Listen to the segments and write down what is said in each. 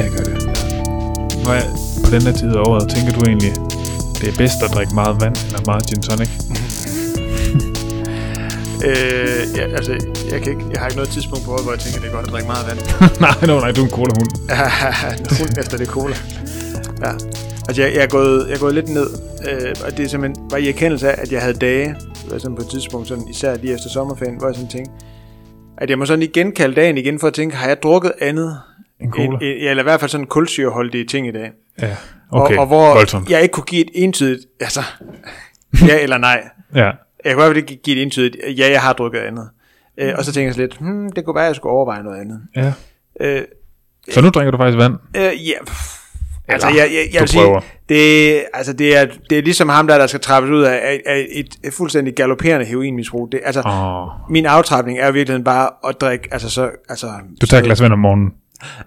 Jeg gør det. Hvad, på den her tid af året, tænker du egentlig, det er bedst at drikke meget vand eller meget gin tonic? Øh, ja, altså, jeg, kan ikke, jeg har ikke noget tidspunkt på året, hvor jeg tænker, det er godt at drikke meget vand. nej, no, nej, du er en colahund. Nogen efter det cola. Ja. Altså, jeg, jeg, er gået, jeg er gået lidt ned, øh, og det er simpelthen var i erkendelse af, at jeg havde dage, altså på et tidspunkt, sådan, især lige efter sommerferien, hvor jeg sådan tænkte, at jeg må sådan lige genkalde dagen igen for at tænke, har jeg drukket andet? En cola? End, ja, eller i hvert fald sådan kulsyreholdige ting i dag. Ja, okay. og, og hvor Voldsomt. jeg ikke kunne give et entydigt, altså, ja eller nej. Ja. Jeg kunne i hvert fald ikke give et entydigt, ja, jeg har drukket andet. Øh, og så tænker jeg så lidt, hmm, det kunne være, at jeg skulle overveje noget andet. ja. Øh, Så nu drikker du faktisk vand? øh, ja, pff. altså, jeg, Eller, jeg, jeg, du vil sige, prøver. det, altså, det, er, det er ligesom ham der, der skal trappes ud af, af, af et, et fuldstændig galopperende heroinmisbrug. Det, altså, oh. Åh. min aftrapning er i virkeligheden bare at drikke, altså så, altså... Du tager et glas vand om morgenen.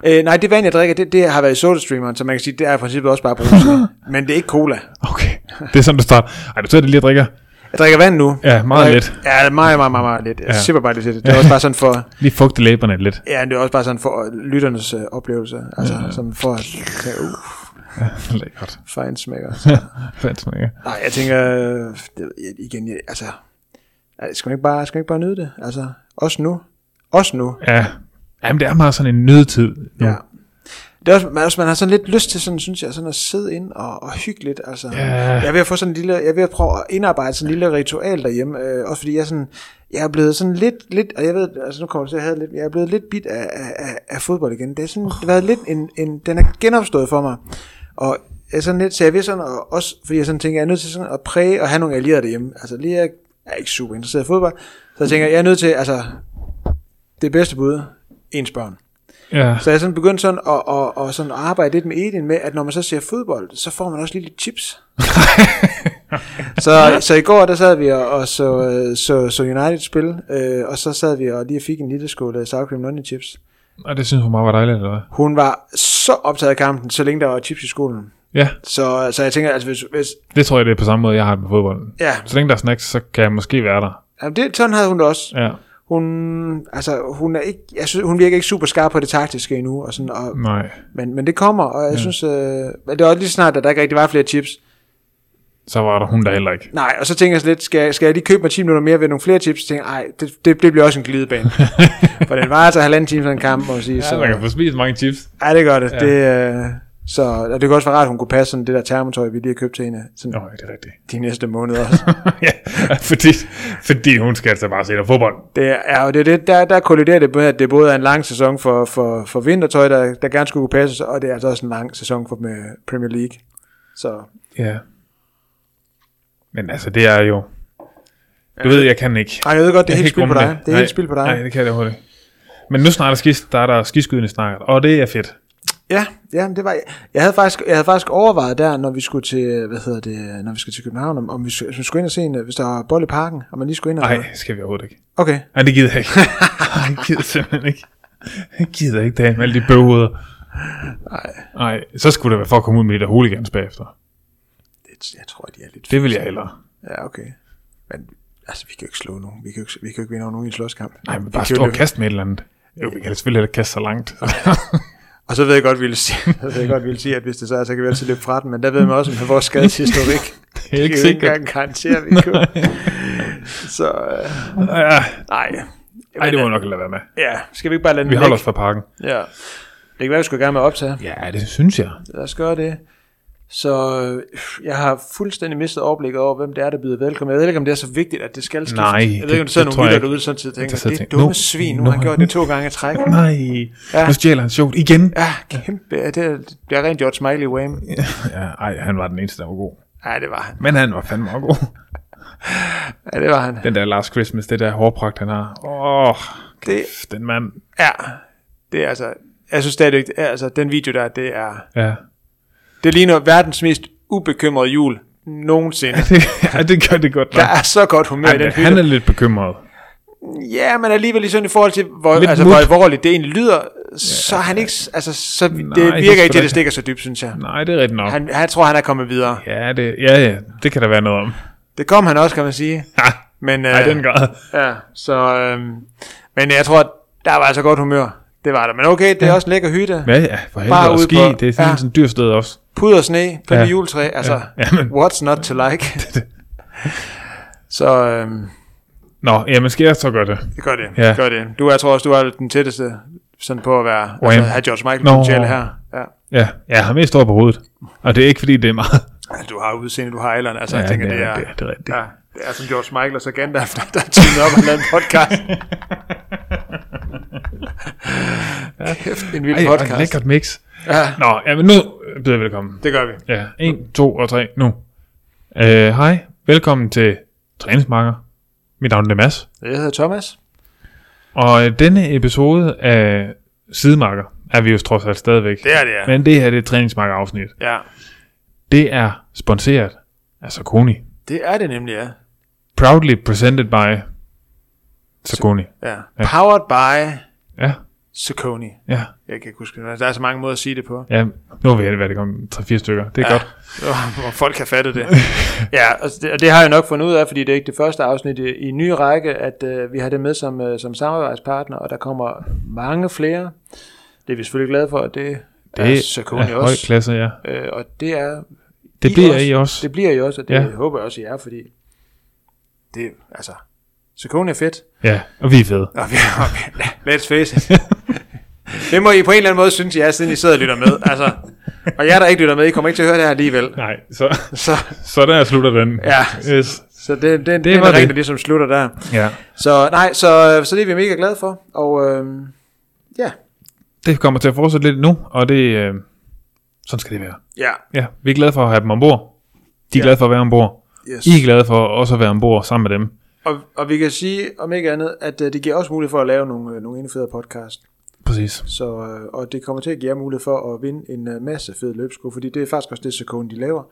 Øh, nej, det vand, jeg drikker, det, det har været i sodastreameren, så man kan sige, det er i princippet også bare brus. men det er ikke cola. Okay. Det er sådan, du starter. Ej, du sidder lige og drikker. Jeg drikker vand nu. Ja, meget Jeg- lidt. Ja, meget, meget, meget, meget lidt. Jeg Ja. sipper bare lidt til det. Det er også bare sådan for... Lige fugte læberne lidt. Ja, det er også bare sådan for lytternes øh, oplevelse. Altså, ja. som for at tænke, uh, Lækkert. fejn smækker. Fandt sådan, ikke? Nej, jeg tænker, øh, det, jeg- igen, jeg, altså, øh, skal man, ikke bare, skal man ikke bare nyde det? Altså, også nu. Også nu. Ja. Jamen, det er meget sådan en nødtid nu. Ja. Det er også, man, også, man har sådan lidt lyst til, sådan, synes jeg, sådan at sidde ind og, og hygge lidt. Altså. Jeg er ved at få sådan en lille, jeg er ved at prøve at indarbejde sådan en lille ritual derhjemme. Øh, også fordi jeg er sådan, jeg er blevet sådan lidt, lidt, og jeg ved, altså nu kommer det til at have lidt, jeg er blevet lidt bit af, af, af, af fodbold igen. Det er sådan, det har været lidt en, en, den er genopstået for mig. Og jeg er sådan lidt, så jeg ved sådan, og også fordi jeg sådan tænker, jeg er nødt til sådan at præge og have nogle allierede derhjemme. Altså lige, jeg er ikke super interesseret i fodbold, så jeg tænker, jeg er nødt til, altså, det bedste bud, ens børn. Ja. Så jeg sådan begyndte sådan at, at, at, sådan at arbejde lidt med Edin med, at når man så ser fodbold, så får man også lige lidt chips. så, så i går, der sad vi og, og så, øh, så, så United spil, øh, og så sad vi og lige fik en lille skål af sour cream London chips. Og det synes hun meget var dejligt, eller hvad? Hun var så optaget af kampen, så længe der var chips i skolen. Ja, Så, så jeg tænker, altså hvis, hvis det tror jeg, det er på samme måde, jeg har det med fodbolden. ja, Så længe der er snacks, så kan jeg måske være der. jamen det, sådan havde hun det også. Ja. Hun, altså, hun, er ikke, jeg synes, hun virker ikke super skarp på det taktiske endnu, og, sådan, og Nej. Men, men det kommer, og jeg ja. synes, øh, men det var lige så snart, at der ikke rigtig var flere chips. Så var der hun der heller ikke. Nej, og så tænker jeg så lidt, skal, jeg- skal jeg lige købe mig 10 minutter mere ved nogle flere chips? Så tænker jeg, ej, det, det, det bliver også en glidebane. For den var altså halvanden time sådan en kamp, må jeg sige. Ja, så, man kan få spist mange chips. ej, det gør det. Ja. Ja. det øh, så og det kunne også være rart, at hun kunne passe sådan det der termotøj, vi lige har købt til hende sådan Nå, det er rigtigt. de næste måneder også. ja, fordi, fordi hun skal altså bare se noget fodbold. det er jo det, er det der, der kolliderer det med, at det både er en lang sæson for, for, for vintertøj, der, der gerne skulle kunne passes, og det er altså også en lang sæson for med Premier League. Så Ja. Men altså, det er jo... Du ved, jeg kan ikke. ej, jeg ved godt, det er Jeg kan helt spil ikke på rumme dig. Det er Nej, helt spil på dig. Nej, det kan jeg da hurtigt. Men nu snart er skis, der er der skiskydende snart, og det er fedt. Ja, ja, men det var jeg. Havde faktisk, jeg havde faktisk overvejet der, når vi skulle til, hvad hedder det, når vi skulle til København, om, om vi skulle, hvis vi skulle ind og se en, øh, hvis der var bold i parken, om man lige skulle ind og... Nej, skal vi overhovedet ikke. Okay. Nej, det gider jeg ikke. Nej, jeg gider simpelthen ikke. Jeg gider ikke det med alle de bøvhoveder. Nej, Nej, så skulle det være for at komme ud med de der hooligans bagefter. det, jeg tror, de er lidt... Det vil jeg hellere. Ja, okay. Men altså, vi kan jo ikke slå nogen. Vi kan jo ikke, vi kan jo ikke vinde over nogen i en slåskamp. Nej, men Vi bare kan jo stå og løbe. kaste med et eller andet. Jo, vi kan selvfølgelig heller ikke kaste så langt. Og så ved jeg godt, vi vil sige, jeg ved godt, vi vil sige, at hvis det så er, så kan vi altid løbe fra den, men der ved man også, med vores skadeshistorik. det er ikke kan jo ikke sikkert. engang garantere, at vi kunne. Så, øh, Ja, nej. øh, Ej, det må vi nok lade være med. Ja, skal vi ikke bare lade den Vi holder ligge? os fra parken. Ja. Det kan være, vi skulle gerne med at optage. Ja, det synes jeg. Lad os gøre det. Så øh, jeg har fuldstændig mistet overblikket over, hvem det er, der byder velkommen. Jeg ved ikke, om det er så vigtigt, at det skal skifte. Nej, jeg ved ikke, om der det- sidder det nogle tror jeg lytter ikke. derude sådan tid og tænker, Der sidder det er og tænker, dumme nu- svin, nu, nu har han har- gjort det to gange i træk. Nej, Ja. nu stjæler han sjovt igen. Ja, kæmpe. Ja, det, er, det er rent George Smiley Wham. Ja, ej, han var den eneste, der var god. Ja, det var han. Men han var fandme også god. Ja, det var han. Den der Last Christmas, det der hårpragt, han har. Åh, oh, Det, den mand. ja, det er altså... Jeg synes stadigvæk, det er, altså, den video der, det er... Ja. Det ligner verdens mest ubekymrede jul nogensinde. ja, det gør det godt Der nok. er så godt humør i Han, den video. han er lidt bekymret. Ja, men alligevel i sådan i forhold til, hvor, Lidt altså, hvor mut. alvorligt det egentlig lyder, så er han ikke, altså, så det virker ikke til, at det stikker så dybt, synes jeg. Nej, det er rigtigt nok. Han, han tror, han er kommet videre. Ja, det, ja, ja, det kan der være noget om. Det kom han også, kan man sige. Ha, Men, øh, nej, den grad. Ja, så, øh, men jeg tror, der var altså godt humør. Det var der. Men okay, det er også en lækker hytte. Ja, ja, for Bare helvede og ude ski, på- det er sådan ja. ja. sådan et dyrt sted også. Puder sne, på ja. Ja. juletræ. Altså, Ja, jamen. what's not to like? så øh, Nå, jamen skal jeg så gøre det? det gør det. Ja. Ja. Gør det. Du er, jeg tror også, du er den tætteste sådan på at være, Wham. altså, have George Michael Nå. potentiale her. Ja. Ja, jeg har mest over på hovedet. Og det er ikke fordi, det er meget. Ja, Du har udseende, du har alderen. Altså, Ja, ja, jeg tænker, det er, det, det er rigtigt. Ja, det er som George Michael og så Gandalf, der, der er tunet op og lavet en podcast. Kæft, en vild Ej, og podcast. lækkert mix. Ja, Nå, jamen nu byder vi velkommen. det gør vi. Ja, 1, 2 og 3, nu. Øh, Hej, velkommen til Træningsmarker. Mit navn er Mads. Jeg hedder Thomas. Og øh, denne episode af Sidemarker er vi jo trods alt stadigvæk. Det er det, ja. Men det her det er Træningsmarker-afsnit. ja. Det er sponsoreret af Saucony. Det er det nemlig, ja. Proudly presented by Saucony. ja. Powered by Ja, Saucony. ja, Jeg kan ikke huske, hvad- der er så mange måder at sige det på. ja. Nu ved jeg, hvad det kommer. 3-4 stykker. Det er ja. godt. Hvor folk har fattet det. ja, og det, og det har jeg nok fundet ud af, fordi det er ikke det første afsnit i, i ny række, at øh, vi har det med som, øh, som samarbejdspartner, og der kommer mange flere. Det er vi selvfølgelig glade for, og det, det er Saucony høj også. klasse, ja. Øh, og det er Det I bliver også. I også. det bliver I også, og det ja. Ja. håber jeg også, I er, fordi det altså, Saucony er fedt. Ja, og vi er fede. Og vi, og vi, let's face it. det må I på en eller anden måde synes, I er, siden I sidder og lytter med. Altså, og jer, der ikke lytter med, I kommer ikke til at høre det her alligevel. Nej, så, Så, så der slutter den. Ja. Yes. så det, det, det, Det det var er rigtig, det. ligesom slutter der. Ja. Så nej, så, så det er vi mega glade for. Og øhm, ja, Det kommer til at fortsætte lidt nu, og det, øh, sådan skal det være. ja, Ja, vi er glade for at have dem ombord. De er ja. Ja. glade for at være ombord. yes. I er glade for også at være ombord sammen med dem. Og, og vi kan sige, om ikke andet, at øh, det giver os mulighed for at lave nogle, øh, nogle endnu federe podcast. Præcis. Så, øh, og det kommer til at give jer mulighed for at vinde en øh, masse fede løbsko, fordi det er faktisk også det, Sekone de laver.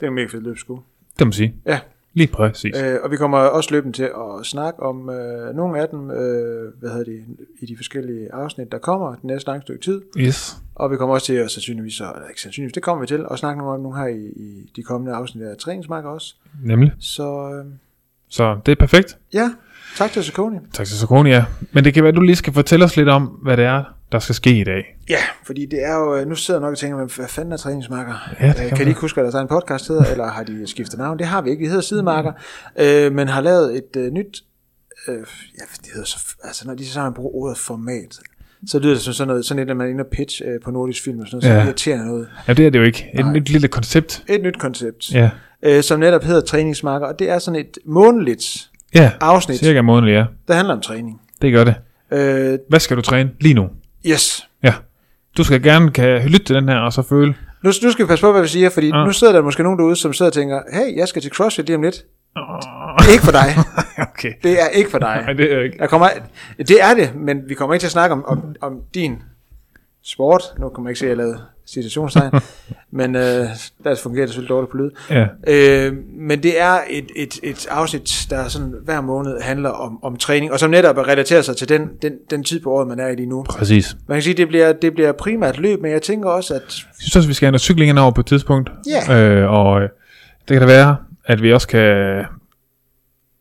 Det er en mega fed løbsko. Det må man sige. Ja. Lige præcis. Øh. Øh, og vi kommer også løbende til at snakke om øh, nogle af dem, øh, hvad hedder de, i de forskellige afsnit, der kommer det næste lange stykke tid. Yes. Og vi kommer også til at sandsynligvis, så- eller ikke sandsynligvis, det kommer vi til, at snakke nogle om nogle her i, i de kommende afsnit af Træningsmarker også. Nemlig. Så øh, Så det er perfekt. ja, tak til Sokoni. Tak til Sokonia. Men det kan være, at du lige skal fortælle os lidt om, hvad det er, der skal ske i dag. Ja, fordi det er jo, øh, nu sidder jeg nok og tænker, hvad hvad fanden er Træningsmarker? Ja, det Øh, kan kan de man. ikke huske, hvad deres egen podcast hedder, eller har de skiftet navn? Det har vi ikke, vi hedder Sidemarker, Mm. øh, men har lavet et øh, nyt, øh, ja, det hedder så, altså når de så bruger ordet format, så lyder det som sådan noget, sådan et, at man er inde og pitch øh, på nordisk film og sådan noget, så Ja. ja. irriterende noget. Ja, det er det jo ikke. Et nyt lille koncept. Et nyt koncept, ja. Ja. øh, som netop hedder Træningsmarker, og det er sådan et månedligt Ja. afsnit, Cirka månedlig, ja. der handler om træning. Det gør det. Øh, Hvad skal du træne lige nu? yes, Ja. Du skal gerne kan lytte til den her, og så føle, Nu, nu skal vi passe på, hvad vi siger, fordi ja. Ja. nu sidder der måske nogen derude, som sidder og tænker, hey, jeg skal til CrossFit lige om lidt. Åh, Det er ikke for dig. okay. Det er ikke for Nej, dig. det er ikke. Der kommer, det er det, men vi kommer ikke til at snakke om, om, om din sport. Nu kan man ikke se, at jeg lavede citationstegn, men øh, der fungerer det selvfølgelig dårligt på lyd. Ja, Øh, men det er et, et, et afsnit, der sådan hver måned handler om, om træning, og som netop relaterer sig til den, den, den tid på året, man er i lige nu. præcis. Man kan sige, at det bliver, det bliver primært løb, men jeg tænker også, at Jeg synes også, vi skal have noget cykling ind over på et tidspunkt. Ja. Øh, og øh, det kan da være, at vi også kan...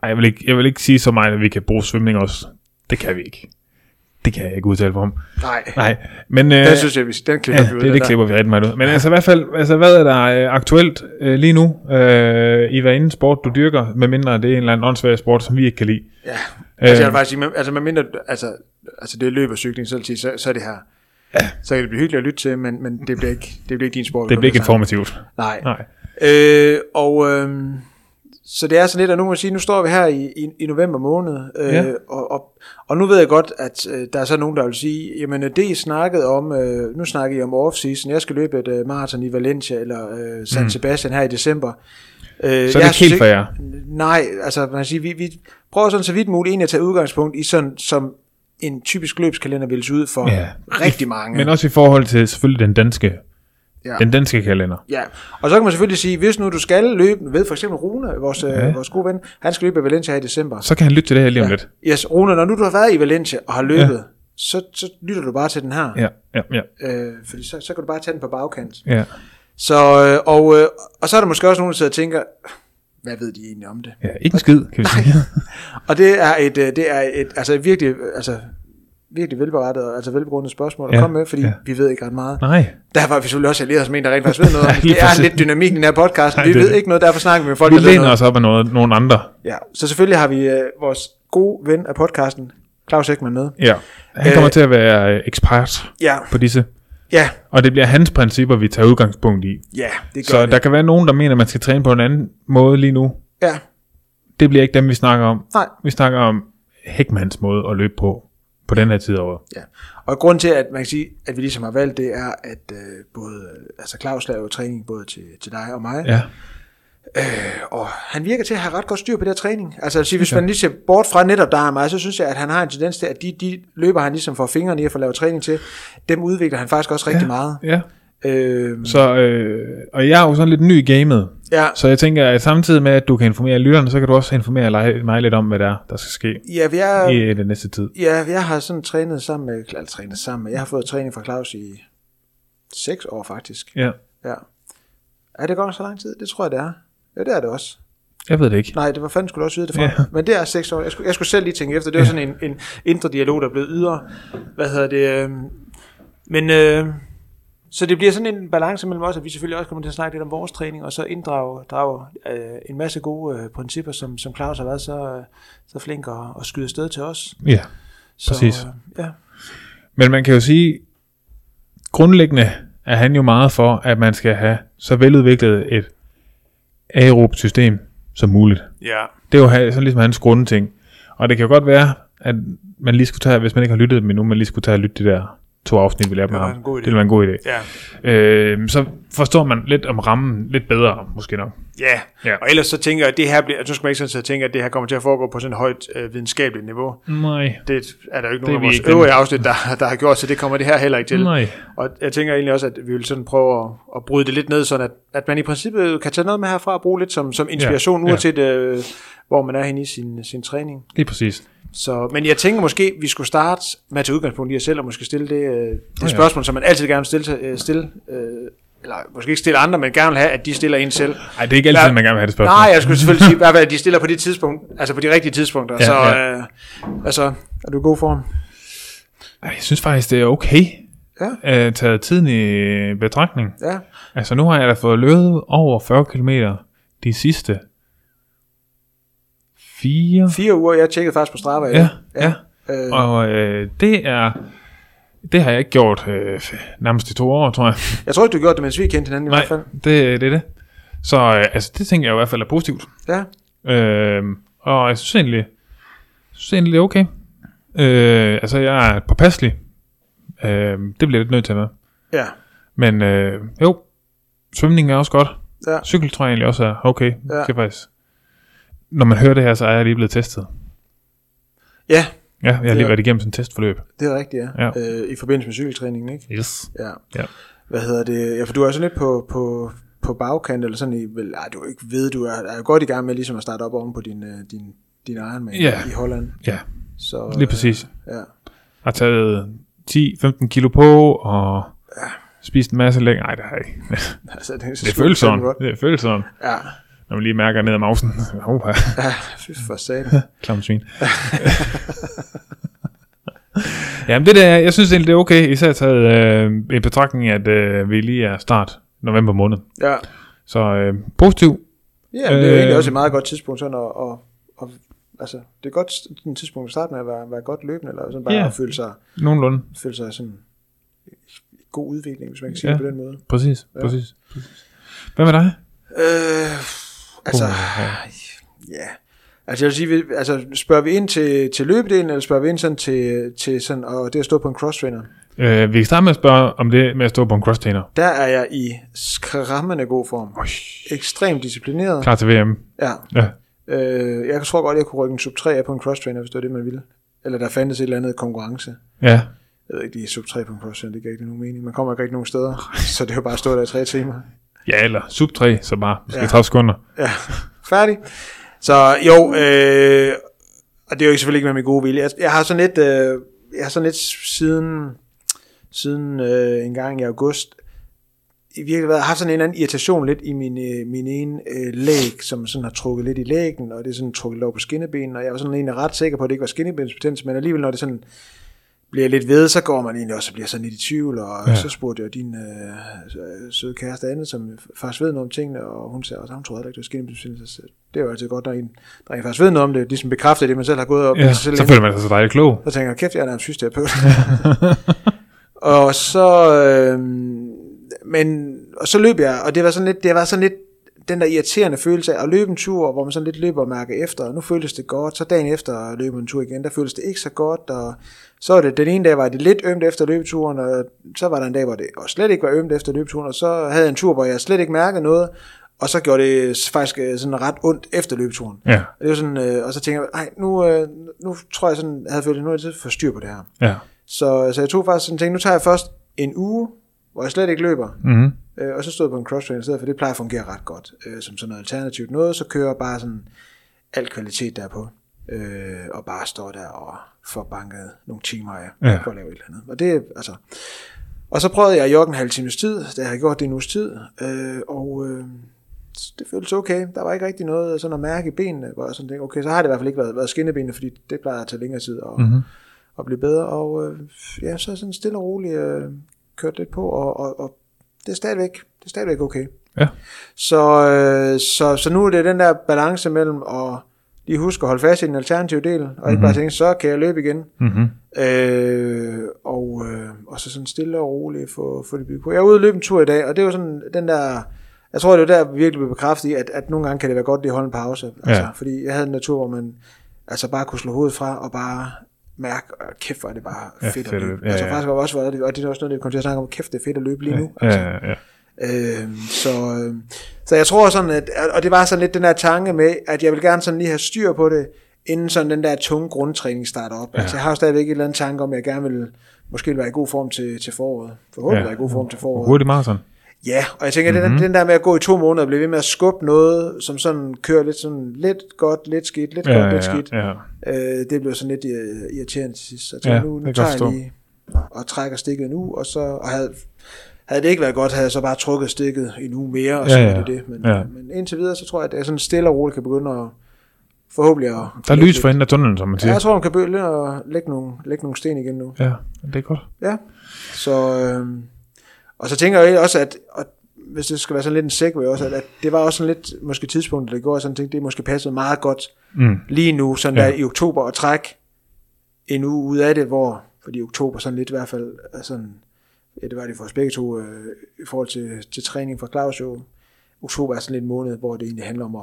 Ej, jeg vil ikke, jeg vil ikke sige så meget, at vi kan bruge svømning også. Det kan vi ikke. Det kan jeg ikke udtale mig om. nej, Nej, men... Øh, den synes jeg, vi, den klipper vi ja, ud. det, den det der. klipper vi rigtig meget ud. Men altså i hvert fald, altså, hvad er der øh, aktuelt øh, lige nu øh, i hver anden sport, du dyrker, medmindre det er en eller anden åndssvag sport, som vi ikke kan lide? Ja, Øh, altså jeg vil faktisk sige, men- altså, med mindre, altså, altså det er løb og cykling, så, vil jeg sige, så, så er det her. Ja. Så kan det blive hyggeligt at lytte til, men, men det, bliver ikke, det bliver ikke din sport. det bliver ikke vi kommer informativt. til at snakke. Nej. Nej. Øh, og øhm, så det er sådan lidt, og nu må jeg sige, nu står vi her i, i, i november måned, øh, ja. Ja. og, og, og nu ved jeg godt, at øh, der er så nogen, der vil sige, jamen øh, det I snakkede om, øh, nu snakker I om off-season, jeg skal løbe et øh, maraton i Valencia eller øh, San Sebastian her i december. Øh, jeg Mm. Så er det ikke synes helt for jer. Nej, altså man kan sige, vi, vi prøver sådan så vidt muligt egentlig at tage udgangspunkt i sådan, som en typisk løbskalender vil se ud for ja. Ja. rigtig mange. Men også i forhold til selvfølgelig den danske, Ja. ja. den danske kalender. Ja, og så kan man selvfølgelig sige, hvis nu du skal løbe, ved for eksempel Rune, vores, ja. Ja. vores gode ven, han skal løbe i Valencia her i december. Så kan han lytte til det her lige om lidt. Yes, Rune, når nu du har været i Valencia og har løbet, ja. så, så lytter du bare til den her. Ja, ja, ja. Øh, fordi så, så kan du bare tage den på bagkant. ja. Så, øh, og, øh, og så er der måske også nogen, der sidder og tænker, hvad ved de egentlig om det? ja ikke en skid, kan vi sige. Og det er et, øh, det er et altså virkelig, øh, altså virkelig velberettet, og altså velbegrundet spørgsmål at Ja, ja, komme med, fordi ja. ja. vi ved ikke ret meget. Nej. Der var vi selvfølgelig også allieret som en, der rent faktisk ved noget om det. Lige Det er præcis. lidt dynamik i den her podcast. Nej, Vi det- ved ikke noget, derfor snakker vi med folk, Vi der ved læner noget. os op af noget, nogen andre. Ja, så selvfølgelig har vi øh, vores gode ven af podcasten, Claus Ekman, med. Ja. Han kommer til at være øh, ekspert Ja, på disse. ja, Og det bliver hans principper, vi tager udgangspunkt i. ja, det gør Så det. der kan være nogen, der mener, at man skal træne på en anden måde lige nu. Ja, Det bliver ikke dem, vi snakker om. nej, Vi snakker om Hækmans måde at løbe på, på den her tid af året. Ja, og grunden til, at man kan sige, at vi ligesom har valgt, det er, at øh, både, øh, altså Claus laver jo træning både til, til dig og mig, ja. Ja, og han virker til at have ret godt styr på det her træning. Altså jeg vil sige, hvis man lige ser bort fra netop dig og mig, så synes jeg, at han har en tendens til, at de, de løber, han ligesom får fingrene i at få lavet træning til, dem udvikler han faktisk også rigtig ja. meget. ja. Øh, Så, øh, og jeg er jo sådan lidt ny i gamet. ja, Så jeg tænker, at samtidig med, at du kan informere lytterne, så kan du også informere lej- mig lidt om, hvad der, er, der skal ske ja, vi er, i øh, den næste tid. ja, jeg har sådan trænet sammen med, eller trænet sammen med, jeg har fået træning fra Claus i seks år faktisk. Ja, Ja. Er det godt så lang tid? Det tror jeg, det er. Ja, det er det også. jeg ved det ikke. Nej, det var fanden skulle du også vide det fra. Ja. Ja. Men det er seks år. Jeg skulle, jeg skulle selv lige tænke efter. Det var sådan en, en indre dialog, der blev ydre. Hvad hedder det? øh, Men øh, så det bliver sådan en balance mellem os, at vi selvfølgelig også kommer til at snakke lidt om vores træning, og så inddrage drage, øh, en masse gode øh, principper, som, som Claus har været så, øh, så flink at, at skyde afsted til os. Ja, Så, Præcis. Øh, ja. men man kan jo sige, grundlæggende er han jo meget for, at man skal have så veludviklet et aerobt system som muligt. ja. Det er jo ha- sådan ligesom hans grundting. Og det kan jo godt være, at man lige skulle tage, hvis man ikke har lyttet dem endnu, man lige skulle tage og lytte de der to afsnit, vi lavede med være ham. en god idé. Det ville være en god idé. Ja. Øh, så forstår man lidt om rammen lidt bedre, måske nok. Ja, Ja. yeah. og ellers så tænker jeg, at det her bliver, nu skal man ikke sådan sidde og tænke, at det her kommer til at foregå på sådan et højt øh, videnskabeligt niveau. Nej. det er der jo ikke Det er nogen af vi vores ikke. øvrige afsnit, der, der har gjort, så det kommer det her heller ikke til. Nej. Og jeg tænker egentlig også, at vi vil sådan prøve at, at bryde det lidt ned, sådan at, at man i princippet kan tage noget med herfra og bruge lidt som, som Ja, inspiration, ja. ja, uanset øh, hvor man er henne i sin, sin træning. Lige præcis. Så, men jeg tænker måske, vi skulle starte med at tage udgangspunkt i os selv, og måske stille det, øh, det ja. spørgsmål, som man altid gerne vil stille, til- øh, stille øh, eller måske ikke stille andre, men gerne vil have, at de stiller en selv. Nej, det er ikke altid, Ja. man gerne vil have det spørgsmål. Nej, jeg skulle selvfølgelig sige, i hvert fald, at de stiller på de tidspunkter, altså på de rigtige tidspunkter. Ja, Ja, så ja. ja. Øh, altså, er du i god form? Ej, Jeg synes faktisk, det er okay Ja. øh, taget tiden i betragtning. Ja, Altså, nu har jeg da fået løbet over 40 km de sidste fire Fire uger, jeg tjekkede faktisk på Strava. i Ja, dag. ja. Øh, Og øh, det er... Det har jeg ikke gjort øh, nærmest i to år, tror jeg. jeg tror ikke, du gjorde det, mens vi kendte hinanden i Nej, hvert fald. det, det er det. Så øh, altså, det tænker jeg i hvert fald er positivt. Ja. Øh, og jeg synes egentlig, jeg synes egentlig det er okay. Øh, altså, jeg er påpasselig. Øh, det bliver jeg lidt nødt til at være. Ja. Men øh, jo, svømning er også godt. Ja. Cykel tror jeg egentlig også er okay. Ja. Ja. Det er faktisk. Når man hører det her, så er jeg lige blevet testet. ja, Ja, jeg har lige Ja. været igennem sådan et testforløb. det er rigtigt, ja. Ja. ja. Øh, I forbindelse med cykeltræningen, ikke? Yes. Ja. Ja. Hvad hedder det? Ja, for du er sådan lidt på, på, på bagkant, eller sådan i, vel, ej, du er ikke ved, du er, er jo godt i gang med ligesom at starte op oven på din, øh, din, din Ironman Ja. i Holland. Ja, Så, lige præcis. Øh, ja. har taget 10-15 kilo på, og spist en masse længere. Nej, det har jeg ikke. Altså, det, er så Det sgu- føles sådan. godt. Det føles sådan. Ja. Når man lige mærker ned ad mausen. Åh, ja, fy for satan. klam svin. Jamen det der, jeg synes egentlig, det er okay, især taget øh, i betragtning, at øh, vi lige er start november måned. Ja. Så øh, positiv. Ja, men det er jo Øh, egentlig også et meget godt tidspunkt sådan at, at, at altså, det er godt sådan et tidspunkt at starte med at være, være godt løbende, eller sådan bare Ja. yeah. at føle sig, Nogenlunde. føle sig sådan i god udvikling, hvis man kan sige Ja. det på den måde. Præcis, ja. præcis. Hvad med dig? Øh, altså, ja. Altså jeg vil sige, vi- altså, spørger vi ind til, til løbedelen, eller spørger vi ind sådan til, til sådan, og det at stå på en crosstrainer? Øh, vi kan starte med at spørge om det med at stå på en crosstrainer. Der er jeg i skræmmende god form. Ekstremt disciplineret. Klar til VM. Ja. Ja. Øh, jeg tror godt, jeg kunne rykke en sub 3 af på en crosstrainer, hvis det var det, man ville. Eller der fandtes et eller andet konkurrence. Ja. jeg ved ikke lige, sub 3 på en crossfit, det giver ikke nogen mening. Man kommer ikke rigtig nogen steder, så det er jo bare at stå der i tre timer. Ja, eller sub 3, så bare måske ja. Ja. 30 sekunder. Ja, færdig. Så jo, øh, og det er jo ikke selvfølgelig ikke med min gode vilje. Jeg, jeg har sådan lidt, øh, jeg har sådan lidt siden, siden øh, en gang i august, i virkeligheden været- haft sådan en eller anden irritation lidt i min, øh, min ene øh, læg, som sådan har trukket lidt i lægen, og det er sådan trukket lidt over på skinnebenen, og jeg var sådan egentlig ret sikker på, at det ikke var skinnebensbetændelse, men alligevel når det sådan bliver lidt ved, så går man egentlig også og bliver sådan lidt i tvivl, og Ja. ja. så spurgte jeg din øh, øh, søde kæreste Anne, som faktisk ved noget om tingene, og hun sagde også, at hun troede heller ikke, det var skinnebensbetændelse. Så Det er jo altid godt, når en, når en faktisk ved noget om det, ligesom bekræfter det, man selv har gået og Ja, sig selv så ind. føler man sig så dejligt klog. Så tænker jeg, kæft, jeg er da en fysioterapeut. og så, øh, men, og så løb jeg, og det var sådan lidt, det var sådan lidt den der irriterende følelse af at løbe en tur, hvor man sådan lidt løber og mærker efter, og nu føltes det godt, så dagen efter løb en tur igen, der føltes det ikke så godt, og så var det, den ene dag var det lidt ømt efter løbeturen, og så var der en dag, hvor det og slet ikke var ømt efter løbeturen, og så havde jeg en tur, hvor jeg slet ikke mærkede noget, og så gjorde det faktisk øh, sådan ret ondt efter løbeturen. Ja, Og det var sådan, øh, og så tænker jeg, nej, nu, øh, nu tror jeg sådan, jeg havde følt, at nu er jeg tid for styr på det her. ja. Så, så jeg tog faktisk sådan tænkte, nu tager jeg først en uge, hvor jeg slet ikke løber, Mm-hmm. øh, og så stod jeg på en cross i stedet, for det plejer at fungere ret godt, øh, som sådan noget alternativt noget, så kører jeg bare sådan al kvalitet derpå, øh, og bare står der og får banket nogle timer af, Ja. ja. for at lave et eller andet. Og det, altså, og så prøvede jeg at jogge en halv times tid, det har jeg gjort det en uges tid, øh, og øh, det føltes okay. Der var ikke rigtig noget sådan at mærke i benene, hvor jeg sådan tænkte, okay, så har det i hvert fald ikke været, været skinnebenene, fordi det plejer at tage længere tid at, Mhm. mm-hmm. at blive bedre. Og øh, ja, så sådan stille og roligt øh, kørt lidt på, og, og, og det er stadigvæk, det er stadigvæk okay. Ja. Så, øh, så, så nu er det den der balance mellem at lige huske at holde fast i den alternative del, og ikke mm-hmm. bare tænke, så kan jeg løbe igen. Mm-hmm. Øh, og, øh, og så sådan stille og roligt få, få det bygget på. Jeg er ude og løbe en tur i dag, og det var sådan den der... Jeg tror, det var der, vi virkelig blev bekræftet i, at, at nogle gange kan det være godt lige at holde en pause. Altså, Ja. Fordi jeg havde en natur, hvor man altså bare kunne slå hovedet fra og bare mærke, "Åh, kæft, hvor er det bare Ja, ja, fedt, fedt at at løbe. løbe. Ja, altså ja. faktisk var det også, været- og det er også noget, det kom til at snakke om, kæft, det er fedt at løbe lige nu. Ja, Altså, ja, ja. Øhm, så, øhm, så jeg tror sådan, at, og det var sådan lidt den der tanke med, at jeg vil gerne sådan lige have styr på det, inden sådan den der tunge grundtræning starter op. Ja. Altså jeg har jo stadigvæk et eller andet tanke om, at jeg gerne vil måske vil være i god form til, til foråret. Forhåbentlig Ja. ja. være i god form til foråret. Hurtig maraton. Ja, og jeg tænker, mm-hmm. den, den der med at gå i to måneder og blive ved med at skubbe noget, som sådan kører lidt sådan lidt godt, lidt skidt, lidt ja, godt, lidt skidt. ja. Øh, det blev sådan lidt øh, irriterende til sidst. Så jeg tænkte, Ja, ja, nu, det nu kan tager jeg jeg lige og trækker stikket nu, og så og havde, havde det ikke været godt, havde jeg så bare trukket stikket en uge mere, og så Ja, ja, ja. ja. det det. Men, Ja. ja. men indtil videre, så tror jeg, at jeg sådan stille og roligt kan begynde at forhåbentlig at... Der er lys for enden af tunnelen, som man Ja, siger. jeg tror, man kan begynde at lægge nogle, lægge nogle sten igen nu. Ja, det er godt. Ja, så... Øhm, og så tænker jeg også, at... Og hvis det skal være sådan lidt en segway også, at, at det var også sådan lidt, måske tidspunktet, der gjorde, at jeg sådan tænkte, det måske passede meget godt Mm. lige nu, sådan Ja. ja. der i oktober, og trække en uge ud af det, hvor, fordi oktober sådan lidt i hvert fald er sådan, ja, det var det for os begge to, øh, i forhold til, til træning for Claus jo, oktober er sådan lidt en måned, hvor det egentlig handler om at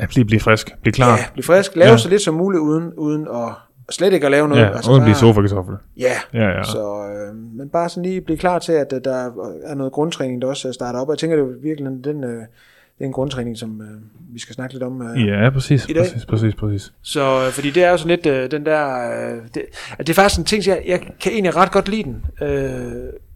Ja, bliv, bliv frisk. Bliv klar. ja, blive frisk, lave Ja. ja. så lidt som muligt, uden, uden at slet ikke at lave noget. Altså, Ja, uden at blive bare- sofa-kartoffel. Ja, Ja, ja. ja. Så, øh, men bare sådan lige blive klar til, at øh, der er noget grundtræning, der også starter op. Og jeg tænker, det er jo virkelig den, øh, den grundtræning, som øh, vi skal snakke lidt om øh, Ja, præcis, I dag. præcis, præcis, præcis. Så, øh, fordi det er jo sådan lidt øh, den der, øh, det, at det er faktisk en ting, jeg, jeg kan egentlig ret godt lide den, øh,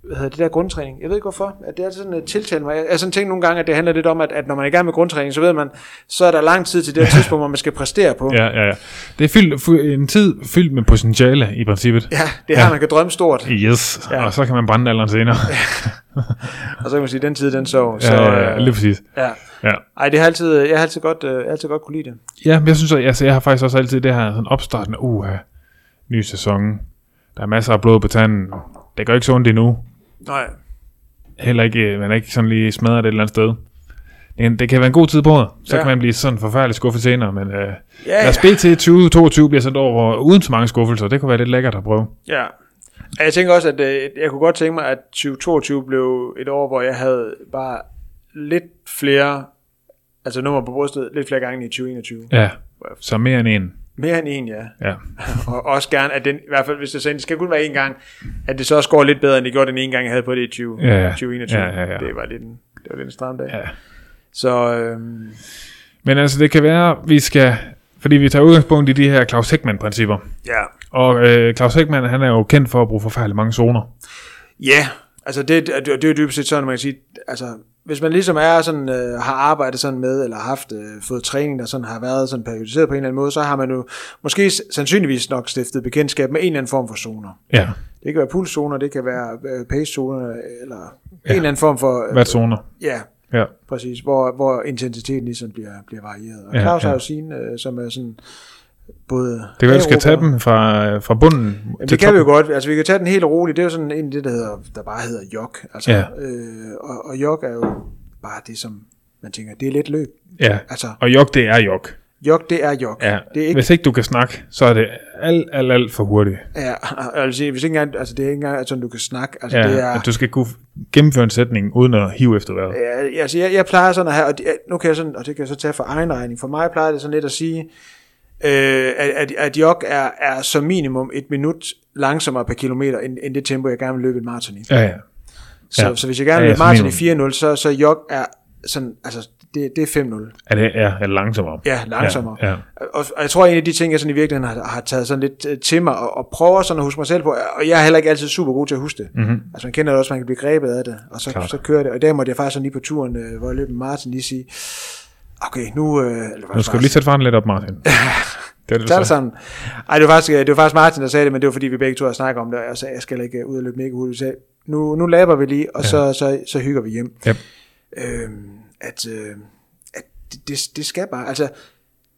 hvad hedder det der grundtræning. Jeg ved ikke hvorfor, at det er sådan et tiltal mig. Jeg, jeg sådan tænkt nogle gange, at det handler lidt om, at, at når man er i gang med grundtræning, så ved man, så er der lang tid til det her tidspunkt, hvor man skal præstere på. Ja, ja, ja. Det er fyldt, fy- en tid fyldt med potentiale i princippet. ja det er her, Ja. man kan drømme stort. Yes, Ja. og så kan man brænde alderen senere. Og så kan man sige, den tid, den sov. Så, Ja, ja, ja, øh, lige præcis. ja. Ja. Ej, det har altid, jeg har altid godt, øh, jeg har altid godt kunne lide det. Ja, men jeg synes, at altså, jeg har faktisk også altid det her sådan opstarten af, uha, ny sæson. Der er masser af blod på tanden. Det gør ikke så ondt endnu. Nej. Heller ikke, øh, man er ikke sådan lige smadret et eller andet sted. Men det kan være en god tid på året. Så ja. Ja. kan man blive sådan forfærdelig skuffet senere, men øh, Ja, lad os bede til 2022 bliver sådan over uden så mange skuffelser. Det kunne være lidt lækkert at prøve. Ja. Og Jeg tænker også, at øh, jeg kunne godt tænke mig, at 2022 blev et år, hvor jeg havde bare lidt flere, altså nummer på brystet, lidt flere gange end i 2021. Ja, så mere end en. Mere end en, ja. Ja. Og også gerne, at den, i hvert fald hvis det, så, det skal kun være en gang, at det så også går lidt bedre, end det gjorde den ene gang, jeg havde på det i 20, Ja, ja. 2021. Ja, ja, ja. Det var lidt en, det var lidt en stram dag. Ja. Så øhm, Men altså, det kan være, vi skal... Fordi vi tager udgangspunkt i de her Claus Heckman-principper. ja. Og øh, Claus Heckman, han er jo kendt for at bruge forfærdelig mange zoner. Ja, altså det, det, det er jo dybest set sådan, man kan sige, altså hvis man ligesom er sådan, øh, har arbejdet sådan med, eller haft øh, fået træning, der sådan har været sådan periodiseret på en eller anden måde, så har man jo måske s- sandsynligvis nok stiftet bekendtskab med en eller anden form for zoner. Ja, Det kan være pulszoner, det kan være øh, pacezoner, eller ja. en eller anden form for... Øh, hvad zoner? ja, Ja, præcis, hvor, hvor intensiteten ligesom bliver, bliver varieret. Og Ja, Claus ja. har jo sine, øh, som er sådan både... det kan være, vi skal aerober- tage dem fra, fra bunden Jamen, til det kan vi toppen. jo godt. Altså, vi kan tage den helt roligt. Det er jo sådan en af det, der, hedder, der bare hedder jog. Altså, Ja. øh, og, og jog er jo bare det, som man tænker, det er lidt løb. Ja, Altså, og jog, det er jog. jog, det er jog. Ja. Det er Ikke... ikke, Hvis ikke du kan snakke, så er det alt, alt, alt for hurtigt. ja, altså, hvis ikke engang, altså, det er ikke engang sådan, du kan snakke. Altså, Ja, det er, at du skal kunne gennemføre en sætning, uden at hive efter vejret. Ja, altså jeg, jeg plejer sådan at have, og det, nu kan jeg sådan, og det kan jeg så tage for egen regning, for mig plejer det sådan lidt at sige, øh, at, at, at jog er, er som minimum et minut langsommere per kilometer, end, end det tempo, jeg gerne vil løbe et maraton i. Ja, ja. Så, Ja. så hvis jeg gerne Ja, vil ja, løbe som maraton i 4.0, så, så jog er sådan, altså det, det er 5.0. Er det er, er langsommere? Ja, langsommere. Ja, ja. Og, og jeg tror, en af de ting, jeg sådan i virkeligheden har, har taget sådan lidt øh, til mig, og, og prøver sådan at huske mig selv på, og jeg er heller ikke altid super god til at huske det. Mm-hmm. Altså man kender det også, man kan blive grebet af det, og så, Mhm. Klart. så kører det. Og i dag måtte jeg faktisk sådan lige på turen, øh, hvor jeg løb med Martin, lige sige, okay, nu... Øh, eller Nu skal du lige sætte farten lidt op, Martin. Det er det, du tage det sagde. sammen. Ej, det var, faktisk, øh, det var faktisk Martin, der sagde det, men det var fordi, vi begge to har snakket om det, og jeg sagde, jeg skal heller ikke øh, ud og løbe mega hurtigt. Vi sagde, nu, nu laber vi lige, og ja. så, så, så hygger vi hjem. Yep. Øhm, at, øh, at det, det, det skal bare, altså,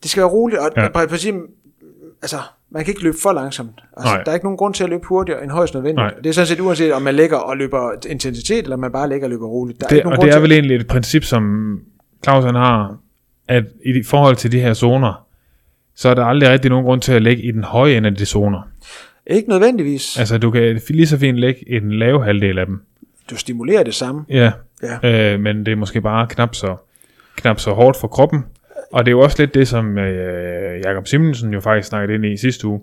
det skal være roligt, og Ja. ja. præcis, altså, man kan ikke løbe for langsomt. Altså, Nej. der er ikke nogen grund til at løbe hurtigere end højst nødvendigt. Nej. Det er sådan set uanset, om man ligger og løber intensitet, eller man bare ligger og løber roligt. Der er Det, ikke nogen og grund det er til, vel egentlig et princip, som Claus han har, at i de- forhold til de her zoner, så er der aldrig rigtig nogen grund til at lægge i den høje ende af de zoner. Ikke nødvendigvis. Ja. Altså, du kan lige så fint lægge i den lave halvdel af dem. Du stimulerer det samme. Ja, Ja. øh, men det er måske bare knap så, knap så hårdt for kroppen. Og det er jo også lidt det, som øh, Jakob Simonsen jo faktisk snakkede ind i sidste uge,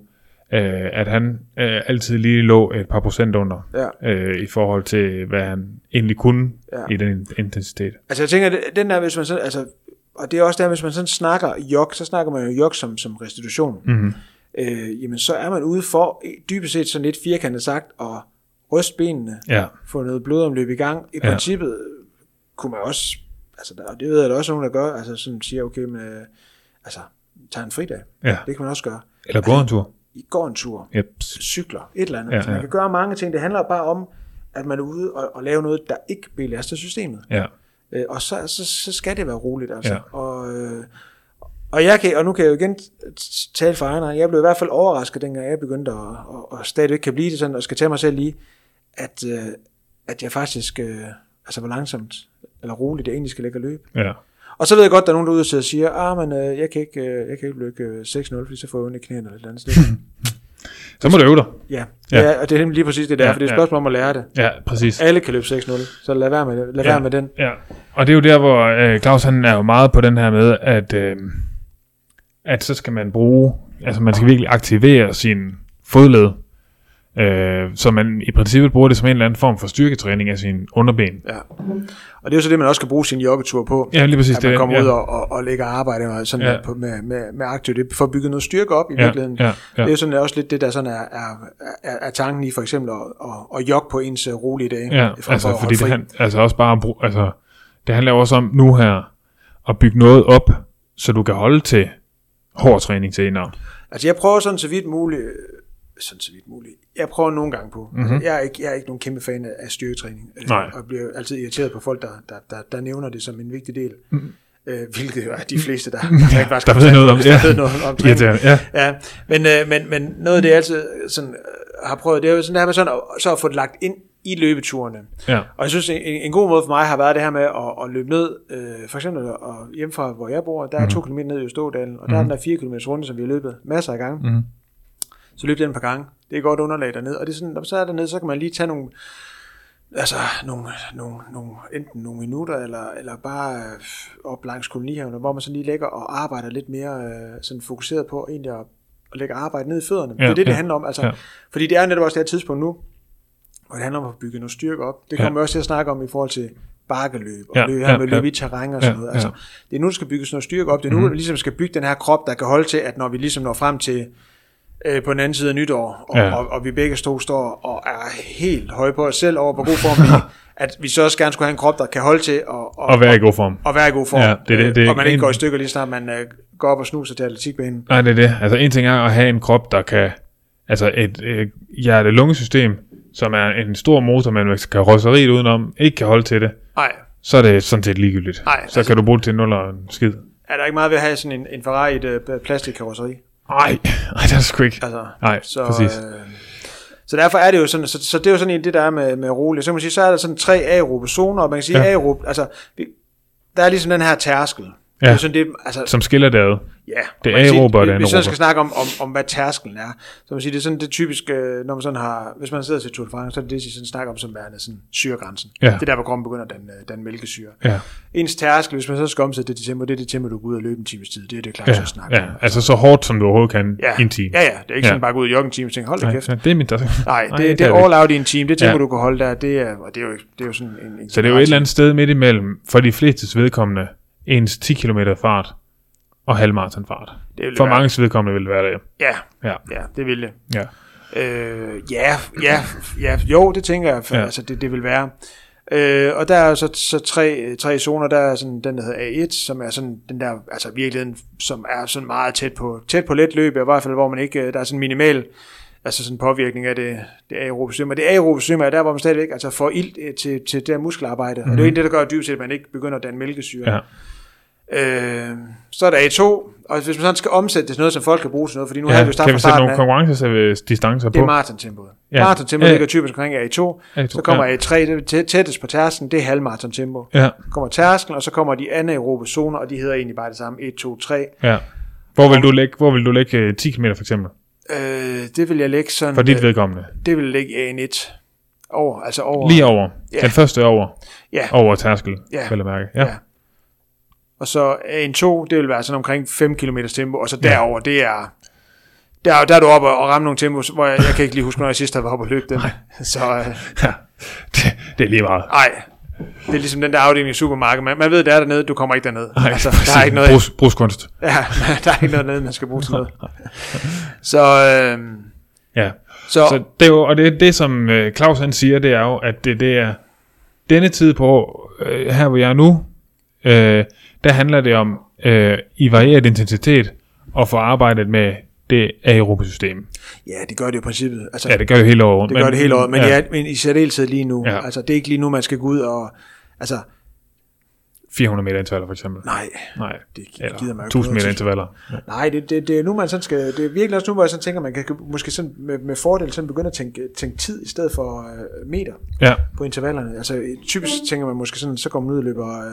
øh, at han øh, altid lige lå et par procent under Ja. øh, i forhold til, hvad han egentlig kunne Ja. ja. i den intensitet. Altså jeg tænker, det- den der, hvis man sådan, altså, og det er også der, hvis man sådan snakker jog, så snakker man jo jog som, som restitution. Mhm. Mm-hmm. Øh, jamen så er man ude for, eh, dybest set sådan lidt firkantet sagt, at ryste benene, Ja, få noget blodomløb i gang. I ja. Ja. princippet øh, kunne man også, altså der, og det ved jeg, der er også nogen, der gør, altså sådan siger, okay, men, øh, altså, tager en fridag. ja. Det kan man også gøre. Eller gå en tur. I går en tur, Yep. cykler, et eller andet. Ja, Ja, altså, man ja. kan gøre mange ting. Det handler bare om, at man er ude og, og lave noget, der ikke belaster systemet. Ja. Øh, og så, så, så skal det være roligt, altså. Ja. Og, øh, og, jeg kan, og nu kan jeg jo igen t- t- tale for egen regning. Jeg blev i hvert fald overrasket, dengang jeg begyndte, og, og, og stadigvæk kan blive det sådan, og skal tage mig selv i, at, øh, at jeg faktisk, øh, altså hvor langsomt eller roligt jeg egentlig skal lægge og løbe. ja. Og så ved jeg godt, der er nogen derude, der sidder og siger, ah, men øh, jeg kan ikke, øh, jeg kan ikke løbe øh, 6-0, fordi så får jeg ondt i knæene eller et eller andet sted. Så må du øve dig. ja. Ja. Ja. ja. og det er nemlig lige præcis det, der, ja, Ja, for det er et ja. spørgsmål om at lære det. Ja, præcis. Alle kan løbe 6-0, så lad være med, lad Ja. være med den. Ja, og det er jo der, hvor øh, Claus han er jo meget på den her med, at, øh, at så skal man bruge, altså man skal virkelig aktivere sin fodled, øh, så man i princippet bruger det som en eller anden form for styrketræning af sin underben. Ja. Og det er jo så det, man også kan bruge sin joggetur på. Ja, lige præcis at man det. kommer ja. ud og, og, og lægger arbejde med, sådan Ja. ja. med, med, med aktivt. Det får bygget noget styrke op i Ja, virkeligheden. ja, ja. Det er jo sådan også lidt det, der sådan er, er, er, er tanken i for eksempel at, at, at jogge på ens øh, rolige dage. Ja, frem altså at holde fordi det, fri. han, altså også bare, at bruge- altså, det handler jo også om nu her, at bygge noget op, så du kan holde til hård træning senere. Altså jeg prøver sådan så vidt muligt, øh, sådan så vidt muligt, jeg prøver nogle gange på. Mm-hmm. Jeg, er ikke, jeg er ikke nogen kæmpe fan af- af styrketræning, øh, Mhm. Nej. og bliver altid irriteret på folk, der, der, der, der nævner det som en vigtig del. Mm. Øh, hvilket jo er de fleste, der, der, rent faktisk Mhm. der ved noget om- der ja. ved noget om træning. Irriterende, ja. Ja, men, øh, men, men noget af det, jeg altid sådan, øh, har prøvet, det er jo sådan, det her med sådan at, så at få det lagt ind i løbeturene. Ja. Og jeg synes, en, en god måde for mig har været det her med at, at løbe ned, øh, for eksempel og hjem fra, hvor jeg bor, der er to kilometer ned i Østådalen, og der er den der fire kilometer runde, som vi har løbet masser af gange. Mm. Så løb den et par gange. Det er godt underlag dernede, og det er sådan, når man så er dernede, så kan man lige tage nogle, altså nogle, nogle, nogle enten nogle minutter, eller, eller bare øh, op langs kolonihavene, hvor man så lige ligger og arbejder lidt mere øh, sådan fokuseret på egentlig at, at lægge arbejde ned i fødderne. Ja, det er det, det ja, handler om. Altså, ja. ja. Fordi det er netop også det her tidspunkt nu, hvor det handler om at bygge noget styrke op. Det kommer vi også til at snakke om i forhold til bakkeløb, og ja, Ja, løbe, ja, ja, med løb ja. i terræn og sådan Ja, Mhm. noget. Altså, Det er nu, der skal bygges noget styrke op. Det er nu, mm. vi ligesom skal bygge den her krop, der kan holde til, at når vi ligesom når frem til øh, på den anden side af nytår, og, ja. Ja. og, og vi begge to står og er helt høje på os selv over, hvor god form vi at vi så også gerne skulle have en krop, der kan holde til og, Og være i god form. og være i god form. Ja, det er det. Øh, Det er og man ikke en- går i stykker lige snart man øh, går op og snuser til atletikbanen. Nej, det er det. Altså en ting er at have en krop, der kan... Altså et øh, hjerte-lungesystem, som er en stor motor, men hvis karosseriet udenom ikke kan holde til det, Nej, så er det sådan set ligegyldigt. Nej, så altså- kan du bruge det til nul og en skid. er der ikke meget ved at have sådan en, en Ferrari i et øh, plastikkarosseri? Nej, nej, det er sgu ikke. Altså, Nej, så, præcis. Øh, så derfor er det jo sådan, så, så det er jo sådan en det, der er med, med rolig. Så kan man sige, så er der sådan tre aerobe zoner, og man kan sige, Ja. ja. aerobe, altså, vi, der er ligesom den her tærskel. Ja. Det er Ja. jo sådan det, altså, Som skiller det ad. Ja, og Det er man kan sige, aerobe, og det er hvis- Hvis anaerobe. man skal snakke om, om, om hvad tærskelen er, så man sige, det er sådan det typiske, øh, når man sådan har, hvis man sidder til Tour de France, så er det det, de sådan snakker om som værende sådan syregrænsen. Ja. Det er der, hvor kroppen begynder den, den mælkesyre. Ja. Ens tærskel, hvis man så skal omsætte det til tempo, det er det tempo, du går ud og løbe en times tid. Det er det klart, Ja, så snakker ja, altså så hårdt, som du overhovedet kan ja. i en time. Ja, ja, det er ikke Ja. sådan bare gå ud og jogge en time og tænke, hold da Nej, kæft. så det er mit... Der... Nej, Nej, det, det, det er er det all out i en time. Det tempo, Ja. du kan holde der, det er, og det er jo, det er jo sådan en, en Så det er jo et eller andet sted midt imellem, for de flestes vedkommende, ens 10 km fart og halvmarathon fart. Det vil For være- mange vedkommende vil det være det. Ja, Ja, ja, det vil det. ja. Øh, ja, ja, ja, jo, det tænker jeg, for, ja. Ja. altså det, det vil være. Øh, og der er så, så tre, tre zoner, der er sådan den, der hedder A1, som er sådan den der, altså virkeligheden, som er sådan meget tæt på, tæt på let løb, i hvert fald, hvor man ikke, øh, der er sådan minimal, altså sådan påvirkning af det, det aerobe system. Og det aerobe system er der, hvor man stadigvæk altså får ilt øh, til, til det her muskelarbejde. Mm-hmm. Og det er jo egentlig det, der gør dybt set, at man ikke begynder at danne mælkesyre. Mhm. Ja. Øh, så er der A2, og hvis man sådan skal omsætte det til noget, som folk kan bruge til noget, fordi nu ja, ja har vi jo kan startet fra vi sætte starten nogle af, konkurrencedistancer det er på? maratontempoet. Ja. Ja. Maratontempoet Ja. ligger typisk omkring A2, A2, så kommer ja. A3, det er tæ- tættest på tærsklen, det er halvmaratontempo. Ja, kommer tærsklen, og så kommer de anaerobe zoner, og de hedder egentlig bare det samme, 1, 2, 3. ja. Hvor vil du lægge, hvor vil du lægge øh, 10 km for eksempel? Øh, det vil jeg lægge sådan, For dit øh, vedkommende. det vil jeg lægge A1 over, altså over, Lige over. Ja. Den første er over. Ja. Over tærskel, Ja. vel at mærke. Ja. Ja. og så A2, det vil være sådan omkring 5 km tempo, og så derover det er... Der, der er du oppe og og ramme nogle tempos, hvor jeg, jeg kan ikke lige huske, når jeg sidst har været oppe og løbe den. Så øh, ja. Det, det er lige meget. Nej. Det er ligesom den der afdeling i supermarkedet. Man, man ved, der er dernede, du kommer ikke derned. Nej, altså, der er ikke noget, Brugs, brugskunst. ja, der er ikke noget dernede, man skal bruge til noget. Så, øhm, Ja. så, Så det er jo, og det, det som øh, Claus han siger, det er jo, at det, det er denne tid på, øh, her hvor jeg er nu, øh, der handler det om øh, i varieret intensitet og få arbejdet med det aerobe system. ja, det gør det jo i princippet. Altså, Ja, det gør det jo hele året. det gør det hele året, men, ja, ja. Ja, men i særdeleshed lige nu. Ja. Ja. Altså, det er ikke lige nu, man skal gå ud og... Altså, 400 meter intervaller for eksempel. nej. Nej, det gi- eller gider man jo ikke 1000 noget meter til. intervaller. Nej, det, det, det er nu, man sådan skal... Det er virkelig også nu, hvor jeg sådan tænker, man kan måske sådan med, med fordel sådan begynde at tænke, tænke tid i stedet for øh, meter. Ja, på intervallerne. Altså øh, typisk tænker man måske sådan, så går man ud og løber øh,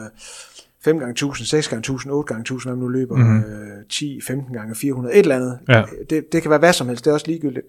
5 gange 1000, 6 gange 1000, 8 gange 1000, hvad man nu løber, mm-hmm. øh, 10, 15 gange 400, et eller andet. Mhm. Ja. Det, det kan være hvad som helst, det er også ligegyldigt.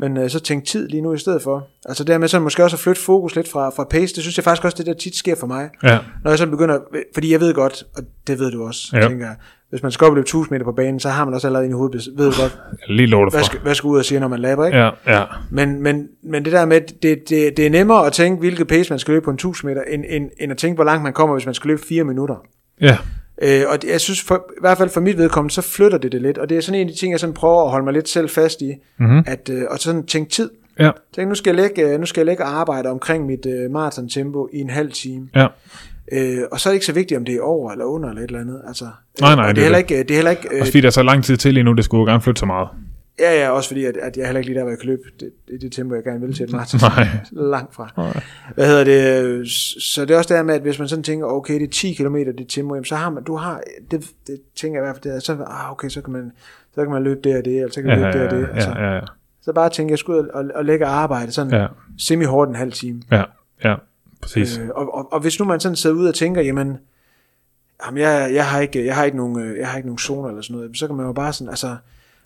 Men øh, så tænk tid lige nu i stedet for. Altså dermed så måske også at flytte fokus lidt fra, fra pace, det synes jeg faktisk også, det der tit sker for mig. ja, Når jeg så begynder, fordi jeg ved godt, og det ved du også, Ja. tænker jeg, hvis man skal op og løbe 1000 meter på banen, så har man også allerede inde i hovedet, ved godt, lige lov hvad for. skal, hvad skal ud og sige, når man laber, ikke? Ja, ja, Men, men, men det der med, det, det, det er nemmere at tænke, hvilket pace man skal løbe på en 1000 meter, end, end, end at tænke, hvor langt man kommer, hvis man skal løbe 4 minutter. ja, Øh, og det, jeg synes, for, i hvert fald for mit vedkommende, så flytter det det lidt. Og det er sådan en af de ting, jeg sådan prøver at holde mig lidt selv fast i, Mhm. mm-hmm. at, øh, og sådan tænke tid. ja, Tænk, nu skal jeg lægge, øh, nu skal jeg lægge arbejde omkring mit øh, maratontempo i en halv time. ja. Øh, og så er det ikke så vigtigt, om det er over eller under eller et eller andet. Altså, øh, Nej, nej, og det, det er er heller det. ikke, øh, det er heller ikke... Øh, Også fordi der er så lang tid til lige nu, det skulle jo gerne flytte så meget. ja, ja, også fordi, at, at jeg er heller ikke lige der, hvor jeg kan løbe det, det, det tempo, jeg gerne vil til et maraton. Nej. Langt fra. Hvad hedder det? Så det er også der med, at hvis man sådan tænker, okay, det er 10 km det tempo, jamen, så har man, du har, det, det tænker jeg i hvert fald, det er, så, ah, okay, så kan man, så kan man løbe det og det, eller så kan Ja, man ja, løbe det og det. Altså, ja, ja, Så bare tænker jeg, skal ud og, og lægge arbejde sådan ja, semi-hårdt en halv time. ja, ja, præcis. Øh, og, og, og, hvis nu man sådan sidder ud og tænker, jamen, jamen jeg, jeg, har ikke, jeg, har ikke nogen, øh, jeg har ikke nogen zoner eller sådan noget, jamen, så kan man jo bare sådan, altså,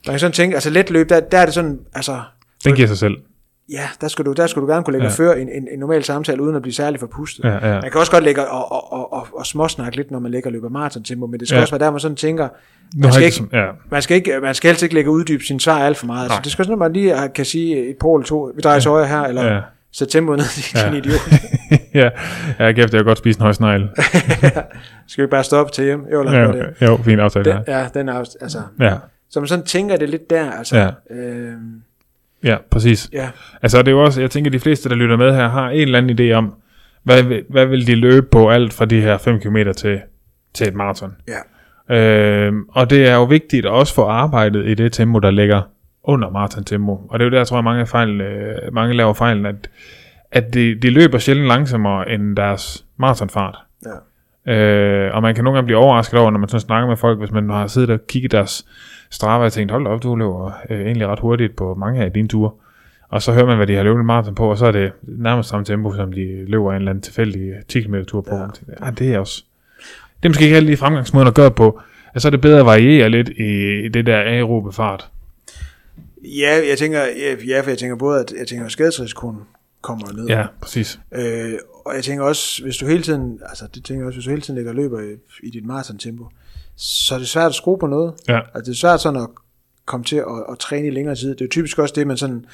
man kan sådan tænke, altså let løb, der, der er det sådan, altså, Den giver sig selv. Ja, der skal du, der skal du gerne kunne lægge ja. og føre en, en, en normal samtale, uden at blive særlig forpustet. Ja, ja. Man kan også godt lægge og, og, og, og, og småsnakke lidt, når man lægger og løber maratontempo, men det skal ja. Ja. også være der, man sådan tænker, Nu man har skal, jeg ikke, ja, man, skal ikke, man skal helst ikke lægge og uddybe sine svar alt for meget. Altså, Nej. det skal sådan, at man lige har- kan sige et par eller to, vi drejer os højre her, eller ja. Ja. sæt tempoet ned, din ja. Ja. idiot. ja, ja, kæft, jeg kan godt spise en højsnegl. Skal vi bare stoppe til hjem? Jo, lad os Ja, gøre okay. det. jo, fin aftale. Ja. Den, ja, den er også- altså, ja, så man sådan tænker det lidt der, altså. Ja. Øhm, ja, præcis. ja. Altså, det er jo også, jeg tænker, de fleste, der lytter med her, har en eller anden idé om, Hvad, vil- hvad vil de løbe på alt fra de her 5 km til, til et maraton? Ja. Øh, og det er jo vigtigt at også få arbejdet i det tempo, der ligger under maratontempo. Og det er jo der, jeg tror, at mange, er fejl, øh, mange laver fejlen, at, at de, de løber sjældent langsommere end deres maratonfart. ja. Øh, og man kan nogle gange blive overrasket over, når man sådan snakker med folk, hvis man har siddet og kigget deres strava og tænkt, hold da op, du løber øh, egentlig ret hurtigt på mange af dine ture. Og så hører man, hvad de har løbet maraton på, og så er det nærmest samme tempo, som de løber en eller anden tilfældig 10 km tur på. Ja. ja, det er også... Det er måske ikke alle de fremgangsmåder at gøre det på. Altså, så er det bedre at variere lidt i det der aerobe fart. Ja, jeg tænker, ja, ja, for jeg tænker både, at jeg tænker, at skadesrisikoen kommer jo ned. Ja, præcis. Øh, og jeg tænker også, hvis du hele tiden, altså det tænker jeg også, hvis du hele tiden ligger og løber i, i dit maratontempo, så er det svært at skrue på noget. Ja. Altså det er svært sådan at komme til at, at træne i længere tid. Det er jo typisk også det, man sådan,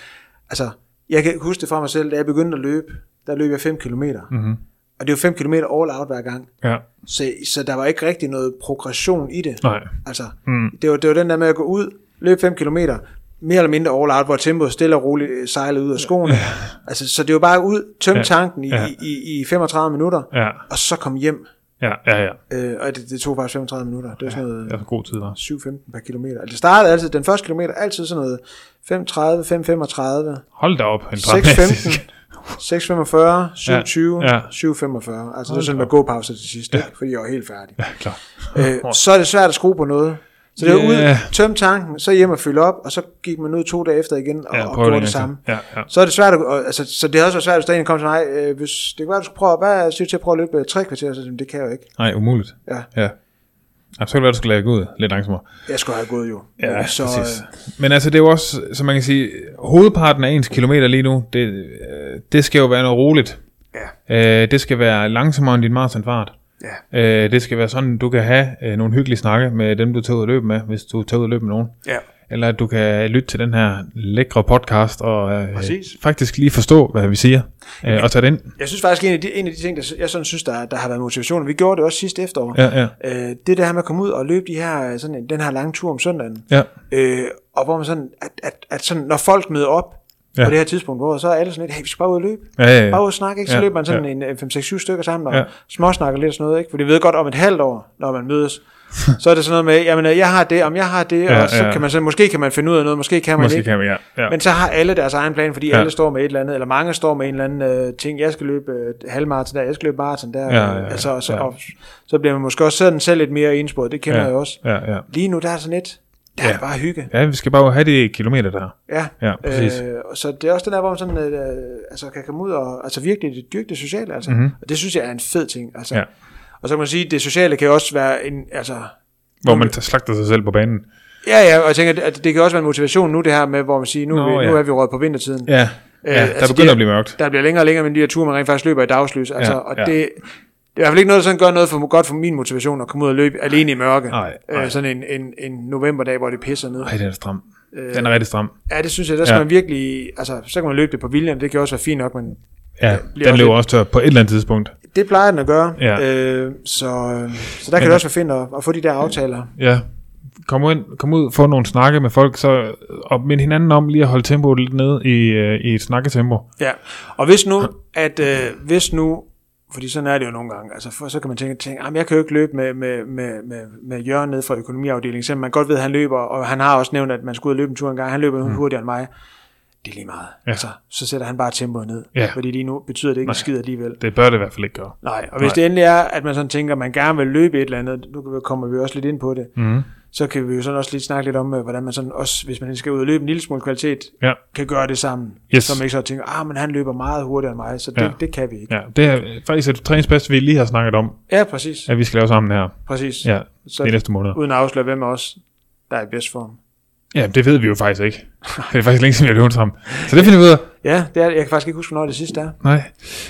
altså jeg kan huske det fra mig selv, da jeg begyndte at løbe, der løb jeg 5 km. Mm-hmm. Og det er jo 5 km all out hver gang. Ja, Så, så der var ikke rigtig noget progression i det. nej. Altså, Mm. mm. det, var, det var den der med at gå ud, løbe 5 km, mere eller mindre all out, hvor tempoet stille og roligt øh, sejlede ud af skoene. Ja. Altså, så det var bare ud, tømme Ja. tanken i, Ja. ja. i, i 35 minutter, Ja, og så komme hjem. ja, ja. ja. Øh, og det, det tog faktisk 35 minutter. Det var sådan noget Det er så god tid, altså. var. 7-15 per kilometer. Altså, det startede altid, den første kilometer, altid sådan noget 5.30, 5.35, Hold da op, en 6.15, 6.45, 7.20, Ja, ja. ja. 7.45. Altså, det er da sådan med op. gåpauser til sidst, ja. ikke? fordi jeg var helt færdig. Ja, klar. Øh, så er det svært at skrue på noget. Så det var Ja. ud, tømme tanken, så hjem og fylde op, og så gik man ud to dage efter igen og, Ja, ja, og prøv gjorde en det gang samme. til. Ja, ja. Så er det svært, at, og, altså, så det har også været svært, hvis der en kom til mig, øh, hvis det kan være, du skulle prøve, hvad siger du til at prøve at løbe øh, tre kvarter, så siger jeg, "Jamen, det kan jeg jo ikke. Nej, umuligt. Ja. ja. ja så kan det være, du skal lade gå ud lidt langsommere. Jeg skulle have gået jo. Øh, Ja, så, Øh, så, præcis. Men altså, det er jo også, som man kan sige, hovedparten af ens kilometer lige nu, det, øh, det skal jo være noget roligt. ja, Øh, det skal være langsommere end din maratonfart. ja, Øh, det skal være sådan, du kan have øh, nogle hyggelige snakke med dem, du tager ud og løbe med, hvis du tager ud og løbe med nogen. ja. Eller at du kan lytte til den her lækre podcast og øh, Præcis. faktisk lige forstå, hvad vi siger, øh, og tage den ind. Jeg synes faktisk, en af de, en af de ting, der, jeg sådan synes, der, der har været motivation, og vi gjorde det også sidste efterår, Ja, ja. Øh, det der med at komme ud og løbe de her, øh, sådan, den her lange tur om søndagen, Ja, Øh, og hvor man sådan, at, at, at sådan, når folk møder op Ja. ja. på det her tidspunkt, hvor så er alle sådan lidt, hey, vi skal bare ud og løbe. ja, ja. ja. Bare ud og snakke, ikke? Så Ja, ja. løber man sådan ja. ja. en øh, 5-6-7 stykker sammen og Ja. ja. småsnakker lidt og sådan noget, ikke? For de ved godt, om et halvt år, når man mødes, så er det sådan noget med, jamen øh, jeg har det, om jeg har det, Ja, og så ja. kan man så, måske kan man finde ud af noget, måske kan man Måske ikke. kan vi, ja. ja. Men så har alle deres egen plan, fordi Ja. ja. alle står med et eller andet, eller mange står med en eller anden øh, ting, jeg skal løbe øh, halvmaraton der, jeg skal løbe maraton der. Ja, ja, ja. altså, og så, Ja. Og, så bliver man måske også sådan selv lidt mere ensporet, det kender ja. jeg også Ja, ja. lige nu, der er sådan lidt, der ja. er det bare hygge. Ja, vi skal bare have de kilometer der. Ja, Ja, præcis. Øh, og så det er også den der, hvor man sådan, øh, altså, kan komme ud og altså, virkelig dyrke det sociale. Altså. Mm-hmm. Og det synes jeg er en fed ting. Altså. Mhm. Ja. Og så kan man sige, at det sociale kan jo også være en... Altså, Hvor man t- slagter sig selv på banen. ja, ja, og jeg tænker, at det kan også være en motivation nu, det her med, hvor man siger, nu, Nå, Nå, vi, nu ja. er vi røget på vintertiden. Ja, ja der altså, begynder det- at blive mørkt. Der bliver længere og længere med de her ture, man rent faktisk løber i dagslys. Altså, Ja, og ja. det, det er i hvert fald ikke noget, der sådan gør noget for, godt for min motivation at komme ud og løbe alene i mørke. Nej, nej. Øh, sådan en, en, en novemberdag, hvor det pisser ned. Ej, den er stram. Øh, Den er rigtig stram. Ja, det synes jeg, der skal Ja. ja. man virkelig, altså, så kan man løbe det på viljen, det kan også være fint nok, men Ja, bliver den også løber også tør på et eller andet tidspunkt. det plejer den at gøre, Ja. øh, så, så der kan det også være fint at, at få de der aftaler. Ja. Kom, ind, kom ud, få nogle snakke med folk, så, og minde hinanden om lige at holde tempoet lidt ned i, øh, i et snakketempo. Ja, og hvis nu, Hm. at øh, hvis nu, fordi sådan er det jo nogle gange, altså for, så kan man tænke, tænke jamen, jeg kan jo ikke løbe med, med, med, med, med Jørgen ned fra økonomiafdelingen, selvom man godt ved, at han løber, og han har også nævnt, at man skulle ud og løbe en tur en gang, han løber mm. hurtigere end mig, det er lige meget. Hm. Ja. Altså, så sætter han bare tempoet ned, Ja. fordi lige nu betyder det ikke en skid alligevel. Det bør det i hvert fald ikke gøre. Nej, og hvis Nej. det endelig er, at man sådan tænker, at man gerne vil løbe et eller andet, nu kan vi- kommer vi også lidt ind på det, Mm. så kan vi jo sådan også lige snakke lidt om, øh, hvordan man sådan også, hvis man skal ud og løbe en lille smule kvalitet, Ja. kan gøre det sammen. Yes. Så man ikke så tænker, ah, men han løber meget hurtigere end mig, så det, Ja. ja. det kan vi ikke. ja, det er øh, faktisk et træningspas, vi lige har snakket om, Ja, præcis. Ja. at vi skal lave sammen her. præcis. Ja, så det er næste måned. uden at afsløre, hvem af os, der er i bedst form. Ja, det ved vi jo faktisk ikke. Det er faktisk længe siden, vi har løbet sammen. Så det finder vi ud af. Ja, det er, jeg kan faktisk ikke huske, hvornår det sidste er. Nej,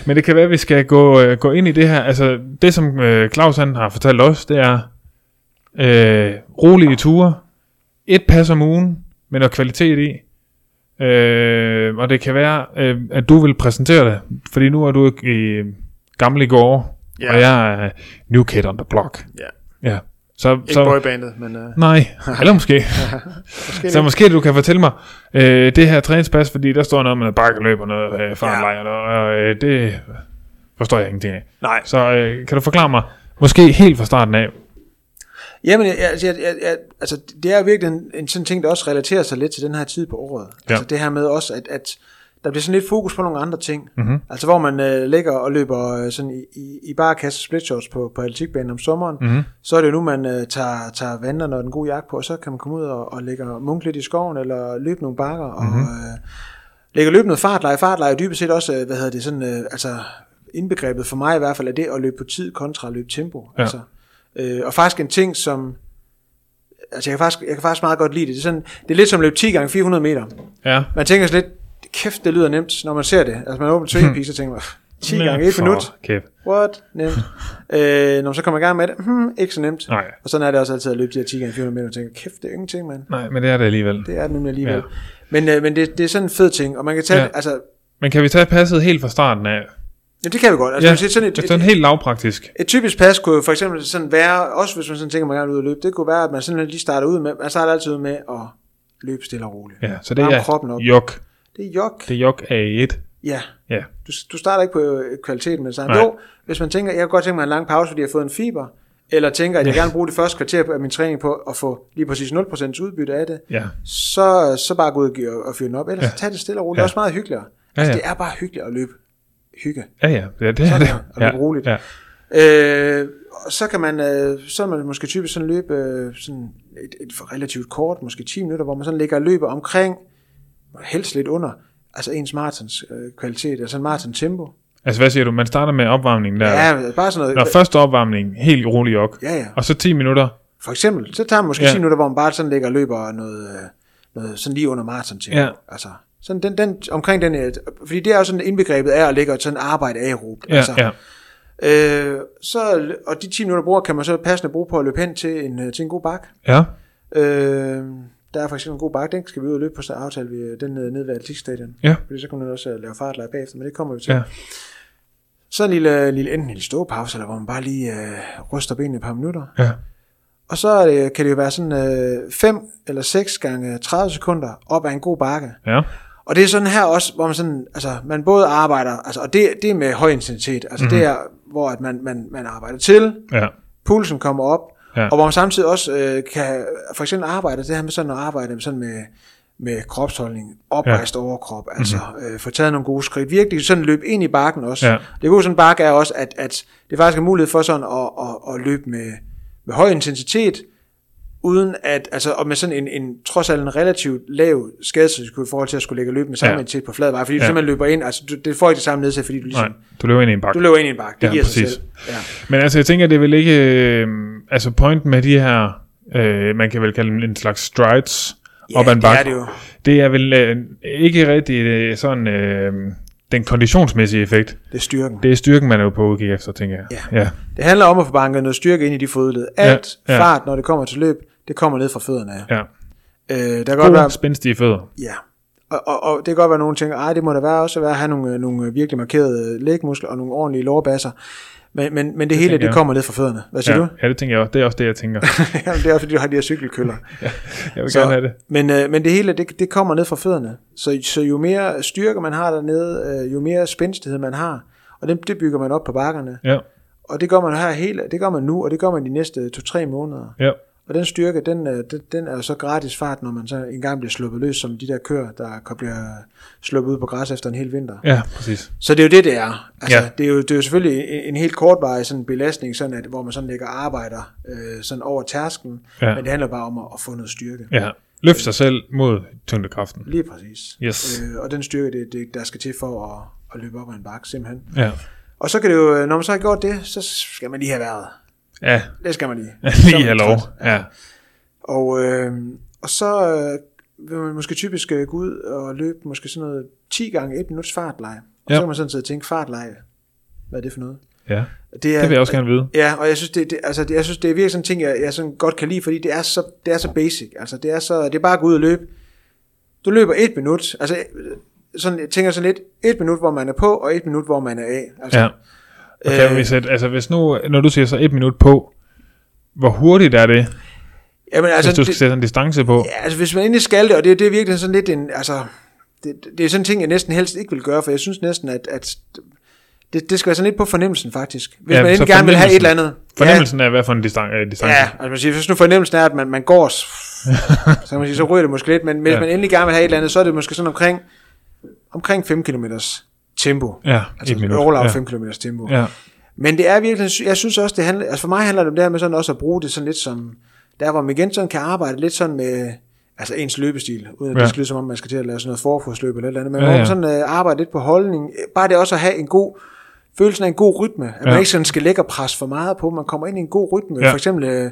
men det kan være, at vi skal gå, øh, gå ind i det her. Altså, det som øh, Claus han har fortalt os, det er øh, rolige ture, et pas om ugen, med noget kvalitet i. Øh, og det kan være, øh, at du vil præsentere det, fordi nu er du i øh, gamle gårde, Ja. og jeg er øh, new kid on the block. Ja. ja. Så, Ikke så, så... boybandet, men uh, Nej, eller måske. måske Så lidt. måske du kan fortælle mig, øh, det her træningspas, fordi der står noget med noget bakkeløb og noget øh, farmlejr, ja. og øh, det forstår jeg ingenting af. Nej. Så øh, kan du forklare mig, måske helt fra starten af, Jamen, jeg, jeg, jeg, jeg, jeg, altså, det er virkelig en, en sådan ting, der også relaterer sig lidt til den her tid på året. Ja. Altså det her med også, at, at der bliver sådan lidt fokus på nogle andre ting. Mhm. Mm-hmm. Altså hvor man øh, ligger og løber øh, sådan i, i, i bare kasse split shorts på, på atletikbanen om sommeren, Mm. Mhm. mm-hmm. så er det jo nu, man øh, tager, tager vandrene og den gode jakke på, og så kan man komme ud og, og ligge og munke lidt i skoven, eller løbe nogle bakker, mm-hmm. og øh, ligge og løbe noget fartleje. Fartleje er dybest set også, øh, hvad hedder det, sådan, øh, altså indbegrebet for mig i hvert fald, er det at løbe på tid kontra at løbe tempo. Ja. Altså, Øh, og faktisk en ting, som... Altså, jeg kan faktisk, jeg kan faktisk meget godt lide det. Det er, sådan, det er lidt som at løbe 10 gange 400 meter. ja, Man tænker sådan lidt, kæft, det lyder nemt, når man ser det. Altså, man åbner tv så tænker man, 10 gange 1 for minut, Kæft. what, nemt. øh, når man så kommer i gang med det, hmm, ikke så nemt. Nej. Og sådan er det også altid at løbe de her 10 gange 400 meter, og tænker, kæft, det er jo ingenting, mand. Nej, men det er det alligevel. Det er det nemlig alligevel. Ja. Ja. Men, øh, men det, det er sådan en fed ting, og man kan tage, Ja. ja. altså, Men kan vi tage passet helt fra starten af? ja, det kan vi godt. Altså, Ja, man siger sådan et, det er sådan helt lavpraktisk. Et typisk pas kunne jo for eksempel sådan være, også hvis man sådan tænker, man gerne vil ud og løbe, det kunne være, at man sådan lige starter ud med, man starter altid ud med at løbe stille og roligt. Ja, så det Varm er kroppen op. jok. Det er jok. Det er jok A1. Ja. Ja, Du, du starter ikke på øh, kvaliteten med det samme. Nej. Jo, hvis man tænker, jeg kunne godt tænke mig en lang pause, fordi jeg har fået en fiber, eller tænker, at jeg gerne vil bruge det første kvarter af min træning på at få lige præcis 0% udbytte af det, ja. så, så bare gå ud og gi- og, og fyre den op. Ellers Ja. ja. tag det stille og roligt. Ja. Det er også meget hyggeligere. Ja, Altså, ja. det er bare hyggeligt at løbe hygge. Ja, ja, ja det er Sådan det. her, og Ja, lidt roligt. ja. Øh, og så kan man, øh, så er man måske typisk sådan løbe øh, sådan et, et relativt kort, måske 10 minutter, hvor man sådan ligger og løber omkring, og helst lidt under, altså ens maratons øh, kvalitet, altså en maraton tempo. Altså, hvad siger du? Man starter med opvarmningen der. Ja, ja bare sådan Når noget. første opvarmning, helt rolig jok. Ja, ja. Og så 10 minutter. For eksempel, så tager man måske Ja. ja. 10 minutter, hvor man bare sådan ligger og løber noget, øh, noget sådan lige under maraton tempo. Ja. Altså, sådan den, den, omkring den, øh, fordi det er jo sådan indbegrebet af at ligge og sådan arbejde aerobt. Ja, altså, ja. Øh, så, og de 10 minutter bruger, kan man så passende bruge på at løbe hen til en, øh, til en god bakke. Ja, Øh, der er for eksempel en god bakke, den skal vi ud og løbe på, så aftaler vi øh, den øh, nede ved Atletikstadion. Ja. Fordi så kan man også øh, lave fartlejr bagefter, men det kommer vi til. ja. Så en lille, lille, enten en lille ståpause, eller hvor man bare lige øh, ryster benene et par minutter. ja. Og så øh, kan det jo være sådan 5 eller 6 gange 30 sekunder op ad en god bakke. ja. Og det er sådan her også, hvor man sådan, altså man både arbejder, altså, og det, det er med høj intensitet, altså mm-hmm. det er, hvor at man, man, man arbejder til, ja. pulsen kommer op, Ja. ja. og hvor man samtidig også øh, kan for eksempel arbejde, det her med sådan at arbejde med, sådan med, med kropsholdning, oprejst ja. overkrop, Mhm. altså mm-hmm. øh, få taget nogle gode skridt, virkelig sådan løbe ind i bakken også. Ja. Det gode sådan en bakke er også, at, at det faktisk er mulighed for sådan at, at, at løbe med, med høj intensitet, uden at, altså, og med sådan en, en trods alt en relativt lav skadesrisiko i forhold til at skulle ligge og løbe med samme Ja. ja. intensitet på flad vej, fordi du Ja. simpelthen løber ind, altså du, det får ikke det samme nedsæt, fordi du ligesom, Nej, du løber ind i en bakke. du løber ind i en bakke, det Ja, giver sig præcis. selv. Ja. Men altså, jeg tænker, det vil ikke... Øh, altså, pointen med de her... Øh, man kan vel kalde dem en slags strides Ja, op ad en det bakke. er det jo. Det er vel øh, ikke rigtig øh, sådan... Øh, den konditionsmæssige effekt. Det er styrken. Det er styrken, man er jo på udgik efter, tænker jeg. Ja. ja. Det handler om at få banket noget styrke ind i de fodled. Alt Ja, ja, ja. ja. fart, når det kommer til løb, det kommer ned fra fødderne af. ja. Øh, der kan godt være, Gode, spændstige fødder. ja. Og, og, og, det kan godt være, at nogen tænker, ej, det må da være også at være at have nogle, øh, nogle øh, virkelig markerede øh, lægmuskler og nogle ordentlige lårbasser. Men, men, men det, det hele, tænker jeg. det kommer ned fra fødderne. Hvad Ja, siger ja. du? ja, det tænker jeg også. Det er også det, jeg tænker. Jamen, det er også, fordi du har de her cykelkøller. Jeg vil Så- gerne have det. Men, øh, men det hele, det, det kommer ned fra fødderne. Så, så jo mere styrke man har dernede, øh, jo mere spændstighed man har, og det, det bygger man op på bakkerne. Ja, Og det gør man her hele, det gør man nu, og det gør man de næste 2-3 måneder. ja. Og den styrke, den, øh, den, den er jo så gratis fart, når man så engang bliver sluppet løs, som de der køer, der kan- bliver sluppet ud på græs efter en hel vinter. Ja, præcis. Så det er jo det, det er. Altså, Ja. ja. det, er jo, det er jo selvfølgelig en, en helt kortvarig sådan belastning, sådan at, hvor man sådan ligger og arbejder øh, sådan over tærsken, Ja. ja. men det handler bare om at, at få noget styrke. Ja. Løft sig selv mod tyngdekraften. Lige præcis. Yes. Øh, og den styrke, det, det, der skal til for at, at løbe op ad en bakke, simpelthen. Ja. Og så kan det jo, øh, når man så har gjort det, så skal man lige have været. Ja, Det skal man lige. Så er lige man have lov. træt. Ja. Og, øh, og så øh, vil man måske typisk øh, gå ud og løbe måske sådan noget 10 gange 1 minuts fartleje. Og Ja. ja. så kan man sådan sidde og tænke, fartleje, hvad er det for noget? ja. er, Det vil jeg også gerne vide. Ja, og jeg synes, det, det, altså, det, jeg synes, det er virkelig sådan en ting, jeg, jeg sådan godt kan lide, fordi det er så, det er så basic. Altså, det, er så, det er bare at gå ud og løbe. Du løber et minut, altså øh, sådan, jeg tænker sådan lidt, et minut, hvor man er på, og et minut, hvor man er af. Altså, Ja. Og kan Øh. vi sætte, altså hvis nu, når du siger så et minut på, hvor hurtigt er det, jamen, altså, altså, hvis du skal det- sætte en distance på? Ja, altså hvis man endelig skal det, og det, er- det er virkelig sådan lidt en, altså, det, det er sådan en ting, jeg næsten helst ikke vil gøre, for jeg synes næsten, at, at Det, det skal være sådan lidt på fornemmelsen, faktisk. Hvis Ja, ja, man så endelig gerne vil have et eller andet. Fornemmelsen ja. af, hvad for en distan- øh, Ja, distance. ja altså man siger, hvis nu fornemmelsen er, at man, man går, s- så kan man sige, så ryger det måske lidt, men hvis Ja. ja. man endelig gerne vil have et eller andet, så er det måske sådan omkring, omkring 5 km tempo. ja Altså et minut. overlag ja. 5 km tempo. ja. Men det er virkelig, jeg synes også, det handler, altså for mig handler det om det her med sådan også at bruge det sådan lidt som, der hvor man igen sådan kan arbejde lidt sådan med, altså ens løbestil, uden at ja. Ja. det skal lyde som om, man skal til at lave sådan noget forfodsløb eller et eller andet, men Ja, ja, ja. hvor ja. man sådan øh, arbejder lidt på holdning, Øh, bare det også at have en god, følelsen af en god rytme, at ja. Ja. man ikke sådan skal lægge og presse for meget på, man kommer ind i en god rytme, Ja. ja. for eksempel... Øh,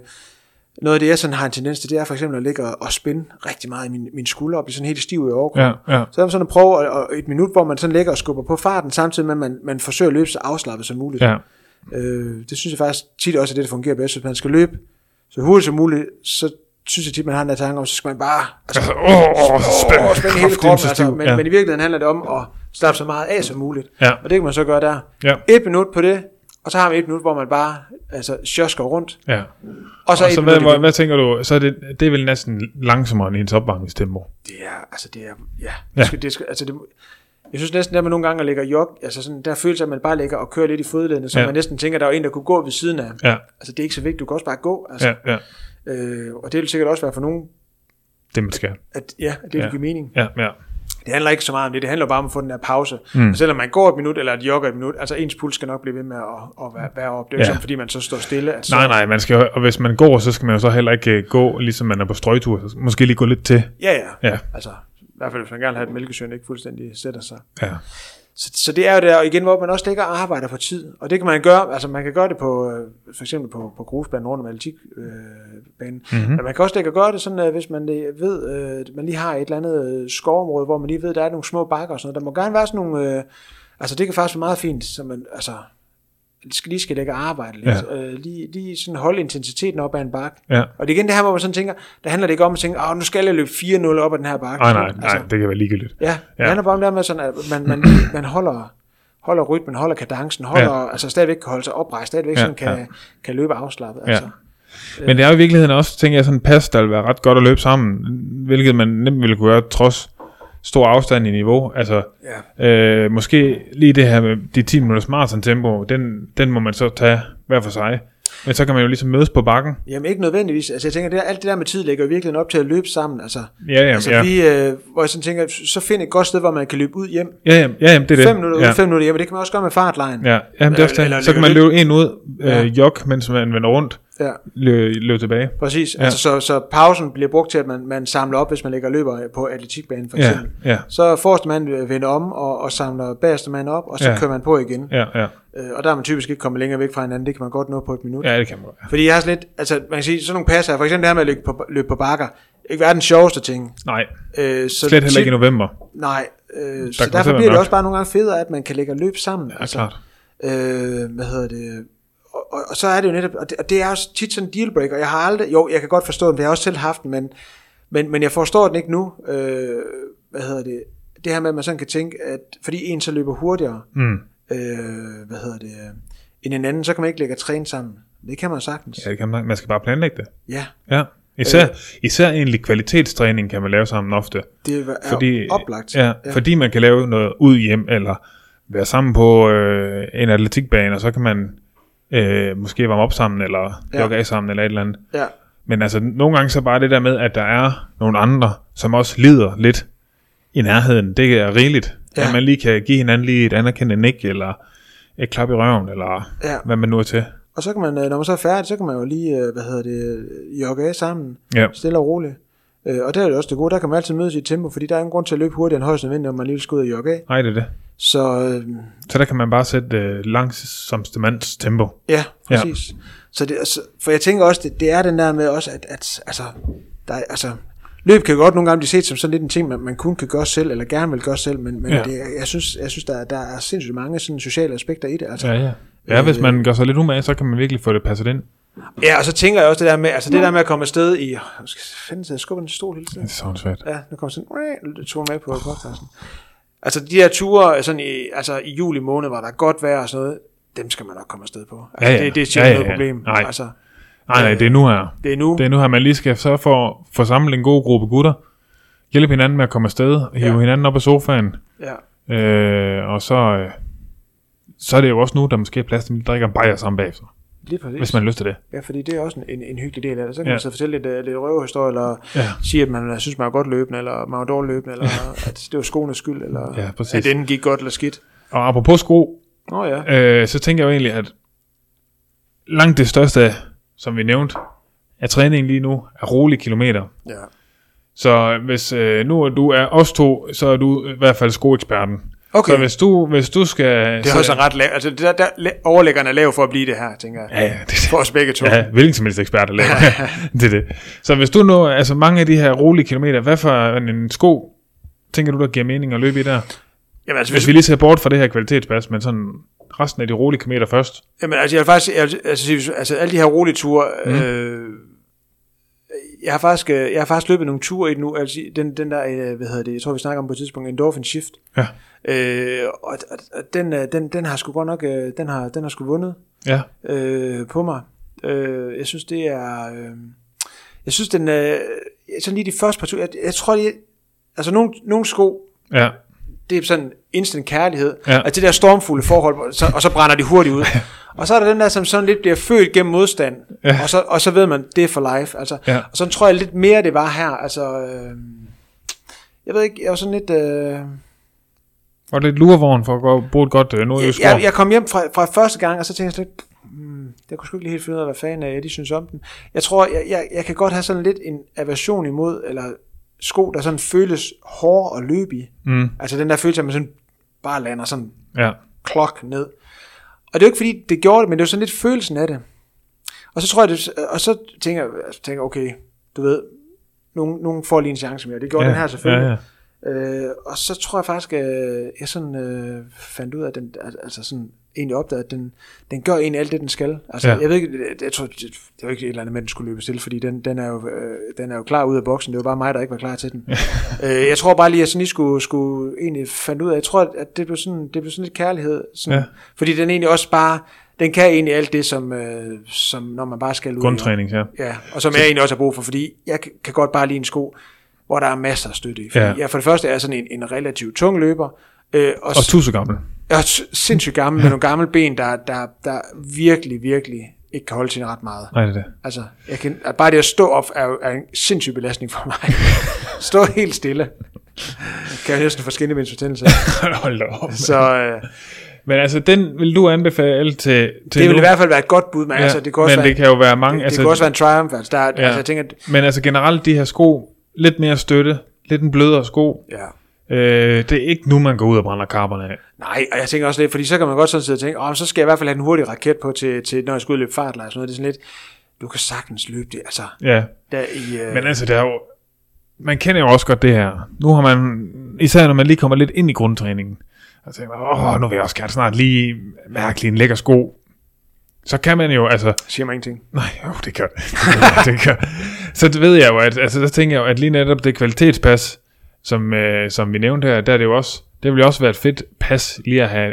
noget af det, jeg sådan har en tendens til, det er for eksempel at ligge og, og spænde rigtig meget i min, min skulder og blive sådan helt stiv i overkroppen. Ja, ja. Så er man sådan at prøve at, og et minut, hvor man sådan ligger og skubber på farten, samtidig med, at man, man forsøger at løbe så afslappet som muligt. ja. Øh, det synes jeg faktisk tit også er det, der fungerer bedst. Hvis man skal løbe så hurtigt som muligt, så synes jeg tit, man har den der tanke om, så skal man bare altså, Altså, åh, åh, spænd, spænde, spænde hele kroppen. Altså, men, ja. ja. men i virkeligheden handler det om at slappe så meget af som muligt. Ja. Og det kan man så gøre der. Ja. Et minut på det, og så har man et minut, hvor man bare altså, sjosker rundt. ja. Og så, Og et så minut hvad, igen. hvad, hvad, tænker du, så er det, det er vel næsten langsommere end ens opvarmningstempo. det er, altså det er, ja, Ja. det skal, det skal, altså det, jeg synes næsten, at man nogle gange ligger jog, altså sådan, der følelse, at man bare ligger og kører lidt i fodledene, så Ja. ja. man næsten tænker, at der er en, der kunne gå ved siden af. Ja, Altså det er ikke så vigtigt, du kan også bare gå, altså, ja, ja. ja. øh, og det vil sikkert også være for nogen, Det man skal. at, ja, at det Ja. ja. giver mening. Ja, ja. Det handler ikke så meget om det, det handler bare om at få den der pause. Mm. Og selvom man går et minut, eller at jogger et minut, altså ens puls skal nok blive ved med at, at være, være op. Det er jo Ja. ja. sådan, fordi man så står stille. At så, Nej, nej, man skal, jo- og hvis man går, så skal man jo så heller ikke øh, gå, ligesom man er på strøgtur. Så måske lige gå lidt til. Ja, ja. Ja, Altså, i hvert fald hvis man gerne vil have, at mælkesyren ikke fuldstændig sætter sig. ja, Så, så det er jo der, og igen, hvor man også ligger og arbejder på tid. Og det kan man gøre, altså man kan gøre det på, øh, for eksempel på, på grusbanen rundt om atletikbanen. Øh, mm-hmm. Mhm. Men man kan også ligge og gøre det sådan, øh, hvis man øh, ved, øh, man lige har et eller andet øh, skovområde, hvor man lige ved, der er nogle små bakker og sådan noget. Der må gerne være sådan nogle, øh, altså det kan faktisk være meget fint, så man, altså, skal, lige skal ligge og arbejde lidt. Ja. Ja. Øh, lige, lige sådan holde intensiteten op ad en bakke. ja. Og det er igen det her, hvor man sådan tænker, der handler det ikke om at tænke, "Åh, nu skal jeg løbe 4-0 op ad den her bakke. Nej, nej, Altså, nej, det kan være ligegyldigt. Ja, Ja. ja. det handler bare om det her med sådan, at man, man, man holder, holder rytmen, holder kadencen, holder, ja. altså stadigvæk kan holde sig oprejst, stadigvæk Ja, ja, sådan kan, ja. ja. kan løbe afslappet. Ja. Altså. Men det er jo i virkeligheden også, tænker jeg, sådan pas, der vil være ret godt at løbe sammen, hvilket man nemt ville kunne gøre, trods stor afstand i niveau. Altså, Ja. øh, måske lige det her med de 10 minutters maraton tempo, den, den må man så tage hver for sig. Men så kan man jo ligesom mødes på bakken. Jamen ikke nødvendigvis. Altså jeg tænker, det der, alt det der med tid lægger jo virkelig op til at løbe sammen. Altså, Ja, ja, altså ja. vi, øh, hvor jeg sådan tænker, så find et godt sted, hvor man kan løbe ud hjem. Ja, ja, ja, jamen, det er det. Fem minutter ud, ja. fem minutter hjem, og det kan man også gøre med fartlejen. Ja, jamen, det er også Eller- det. Så kan man eller løbe en ud, øh, Ja. jog, mens man vender rundt, ja. løb, løb tilbage. Præcis, Ja. ja. altså, så, så pausen bliver brugt til, at man, man samler op, hvis man ligger og løber på atletikbanen for Ja, eksempel. ja, Så forreste mand øh, vender om og, og samler bagerste mand op, og så Ja. ja. kører man på igen. ja, ja. Øh, og der er man typisk ikke kommet længere væk fra hinanden, det kan man godt nå på et minut. Ja. Ja, det kan man godt. Fordi jeg har sådan lidt, altså man kan sige, sådan nogle passer, for eksempel det her med at løbe på, løbe på bakker, ikke være den sjoveste ting. Nej, Øh, så slet heller ikke i november. Nej, øh, til så at derfor være bliver det mørkt. også bare nogle gange federe, at man kan ligge og løbe sammen. altså. Ja, klart. Øh, hvad hedder det? Og, og, og så er det jo netop, og det, og det er også tit sådan en dealbreaker. Jeg har aldrig, jo, jeg kan godt forstå den, for jeg har også selv haft den, men, men, men jeg forstår den ikke nu. Øh, hvad hedder det? Det her med, at man sådan kan tænke, at fordi en så løber hurtigere, Mm. øh, hvad hedder det, øh, end en anden, så kan man ikke ligge og træne sammen. Det kan man sagtens. Ja, det kan man. Man skal bare planlægge det. Ja, Ja. Især, øh. især egentlig kvalitetstræning kan man lave sammen ofte. det er Fordi, fordi, oplagt. Ja, ja, fordi man kan lave noget ud hjem, eller være sammen på øh, en atletikbane, og så kan man øh, måske varme op sammen, eller ja. Ja. jogge af sammen, eller et eller andet. ja. Men altså, nogle gange så bare det der med, at der er nogle andre, som også lider lidt i nærheden. Det er rigeligt, ja. Ja. at man lige kan give hinanden lige et anerkendende nik, eller et klap i røven, eller ja. Ja. hvad man nu er til. Og så kan man, øh, når man så er færdig, så kan man jo lige, øh, hvad hedder det, øh, jogge af sammen, Ja, stille og roligt. Øh, Og der er det også det gode, der kan man altid mødes i et tempo, fordi der er ingen grund til at løbe hurtigere end højst nødvendigt, når man lige skal ud og jogge af. nej, det er det. Så øh, Så der kan man bare sætte øh, langsomste mands tempo. ja, Ja. præcis. Ja. Så det, altså, for jeg tænker også, det, det er den der med også, at, at altså, der, er- altså, løb kan jo godt nogle gange blive set som sådan lidt en ting, man, man kun kan gøre selv, eller gerne vil gøre selv, men, men Ja. ja. det, er- jeg synes, jeg synes der, er- der er sindssygt mange sådan sociale aspekter i det. Altså. Ja, ja. Ja, hvis man gør sig lidt umage, så kan man virkelig få det passet ind. Ja, og så tænker jeg også det der med, altså det der med at komme afsted i, jeg skal fanden skubbe en stol hele Det er tiden. sådan svært. Ja, nu kommer sådan, tog med på podcasten. Altså de her ture, sådan i, altså i juli måned, var der er godt vejr og sådan noget, dem skal man nok komme afsted på. Altså, Ja, ja. Det, det er Ja, sjældent ja, ja, noget ja. problem. Nej. Altså, Nej, nej, det er nu her. det er nu. Det er nu her, man lige skal sørge for at få samlet en god gruppe gutter, hjælpe hinanden med at komme afsted, hive ja. Ja. hinanden op af sofaen, Ja. øh, og så øh, så er det jo også nu, der måske er plads til, at man drikker en bajer sammen bagefter, Lige præcis. hvis man har lyst til det. Ja, fordi det er også en, en, en hyggelig del af det. Så kan Ja. man sidde og fortælle lidt, uh, lidt røverhistorie, eller Ja. ja. sige, at man synes, man er godt løbende, eller man er dårlig løbende, eller at det var skoenes skyld, eller Ja, præcis. at den gik godt eller skidt. Og apropos sko, Nå ja, øh, så tænker jeg jo egentlig, at langt det største, som vi nævnte, af træningen lige nu, er rolige kilometer. ja. Så hvis øh, nu er du er os to, så er du i hvert fald skoeksperten. Okay. Så hvis du, hvis du skal... Det er også en ret lav. Altså, det der, der la- overlæggeren er lav for at blive det her, tænker jeg. Ja, ja, det, For os begge to. Ja, hvilken som helst ekspert der laver det. er det. Så hvis du nu, altså mange af de her rolige kilometer, hvad for en- en sko tænker du, der giver mening at løbe i der? Jamen, altså, Hvis vi lige ser bort fra det her kvalitetspas, men sådan resten af de rolige kilometer først. Jamen, altså, jeg vil faktisk, jeg vil, altså, sige, hvis- altså, alle de her rolige ture, mm. øh, jeg har faktisk, øh, jeg har faktisk løbet nogle ture i den nu, altså, den, den der, øh, hvad hedder det, jeg tror, vi snakker om på et tidspunkt, Endorphin Shift, Ja. øh, og, og, og den, øh, den, den har sgu godt nok, øh, den har, den har sgu vundet Ja. øh, på mig. Øh, jeg synes, det er... Øh, jeg synes, den... Øh, sådan lige de første par ture... Jeg, jeg tror, det Altså, nogle, nogle sko, Ja. det er sådan instant kærlighed. Ja. Ja. Og det der stormfulde forhold, hvor- så, og så brænder de hurtigt ud. og så er der den der, som sådan lidt bliver født gennem modstand. Ja. Og, så, og så ved man, det er for life. Altså, Ja. Og så tror jeg lidt mere, det var her. Altså, øh, jeg ved ikke, jeg var sådan lidt... Øh, Og lidt lurvogn for at gå, bruge et godt øh, jeg, nordjysk jeg, ord. jeg kom hjem fra, fra første gang, og så tænkte jeg slet, hmm, jeg kunne sgu ikke lige helt finde ud af, hvad fanden øh, de synes om den. Jeg tror, jeg, jeg, jeg kan godt have sådan lidt en aversion imod, eller sko, der sådan føles hårde og løbige. Mm, Altså den der følelse, at man sådan bare lander sådan ja. klok ned. Og det er jo ikke fordi, det gjorde det, men det var sådan lidt følelsen af det. Og så tror jeg, det, og så tænker jeg, altså, tænker, okay, du ved, nogen, nogen får lige en chance mere. Det gjorde ja. ja, den her selvfølgelig. Ja, ja. Øh, og så tror jeg faktisk, at jeg sådan, øh, fandt ud af, at den, al- altså sådan, egentlig opdagede, at den, den gør egentlig alt det, den skal. Altså, Ja. ja. jeg ved ikke, jeg, jeg tror, det, det var ikke et eller andet med, at den skulle løbe stille, fordi den, den, er jo, øh, den er jo klar ud af boksen. Det var bare mig, der ikke var klar til den. øh, jeg tror bare lige, at jeg sådan lige skulle, skulle egentlig fandt ud af, jeg tror, at- at det blev sådan, det blev sådan lidt kærlighed. Sådan, Ja. ja. Fordi den egentlig også bare, den kan egentlig alt det, som, øh, som når man bare skal ud. i- Grundtræning, ja. Ja, og som jeg egentlig også har brug for, fordi jeg kan- kan godt bare lide en sko, hvor der er masser af støtte i. Fordi Ja. ja. jeg for det første er sådan en, en relativt tung løber, øh, og, Og og tusse gammel. jeg er s- sindssygt gammel med nogle gamle ben, der, der, der virkelig, virkelig ikke kan holde til ret meget. Nej, det er det. Altså, jeg kan, at bare det at stå op er, jo- er en sindssyg belastning for mig. stå helt stille. Kan jeg næsten få skindebindsbetændelse. Hold da op. Så øh, Men altså, den vil du anbefale til, til det nu? vil i hvert fald være et godt bud, men ja, altså, det kan også men være, det kan jo være mange... det, det kan også være en triumph. Altså, der, ja. altså, jeg tænker, at, Men altså generelt, de her sko, lidt mere støtte, lidt en blødere sko, ja. Øh, det er ikke nu, man går ud og brænder karperne af. Nej, og jeg tænker også lidt, fordi så kan man godt sådan sidde og tænke, åh, men så skal jeg i hvert fald have den hurtige raket på, til, til når jeg skal ud og løbe fart, eller sådan noget. Det er sådan lidt, du kan sagtens løbe det, altså, Ja, der i... Øh, men altså, det er jo, man kender jo også godt det her. Nu har man, især når man lige kommer lidt ind i grundtræningen, og tænker, man, åh, nu vil jeg også gerne snart lige mærke lige en lækker sko. Så kan man jo, altså, siger mig ingenting. nej, jo, det gør det. gør- det gør. Så det ved jeg jo, at, altså, der tænker jeg jo, at lige netop det kvalitetspas, som, øh, som vi nævnte her, der er det jo også, det ville jo også være et fedt pas lige at have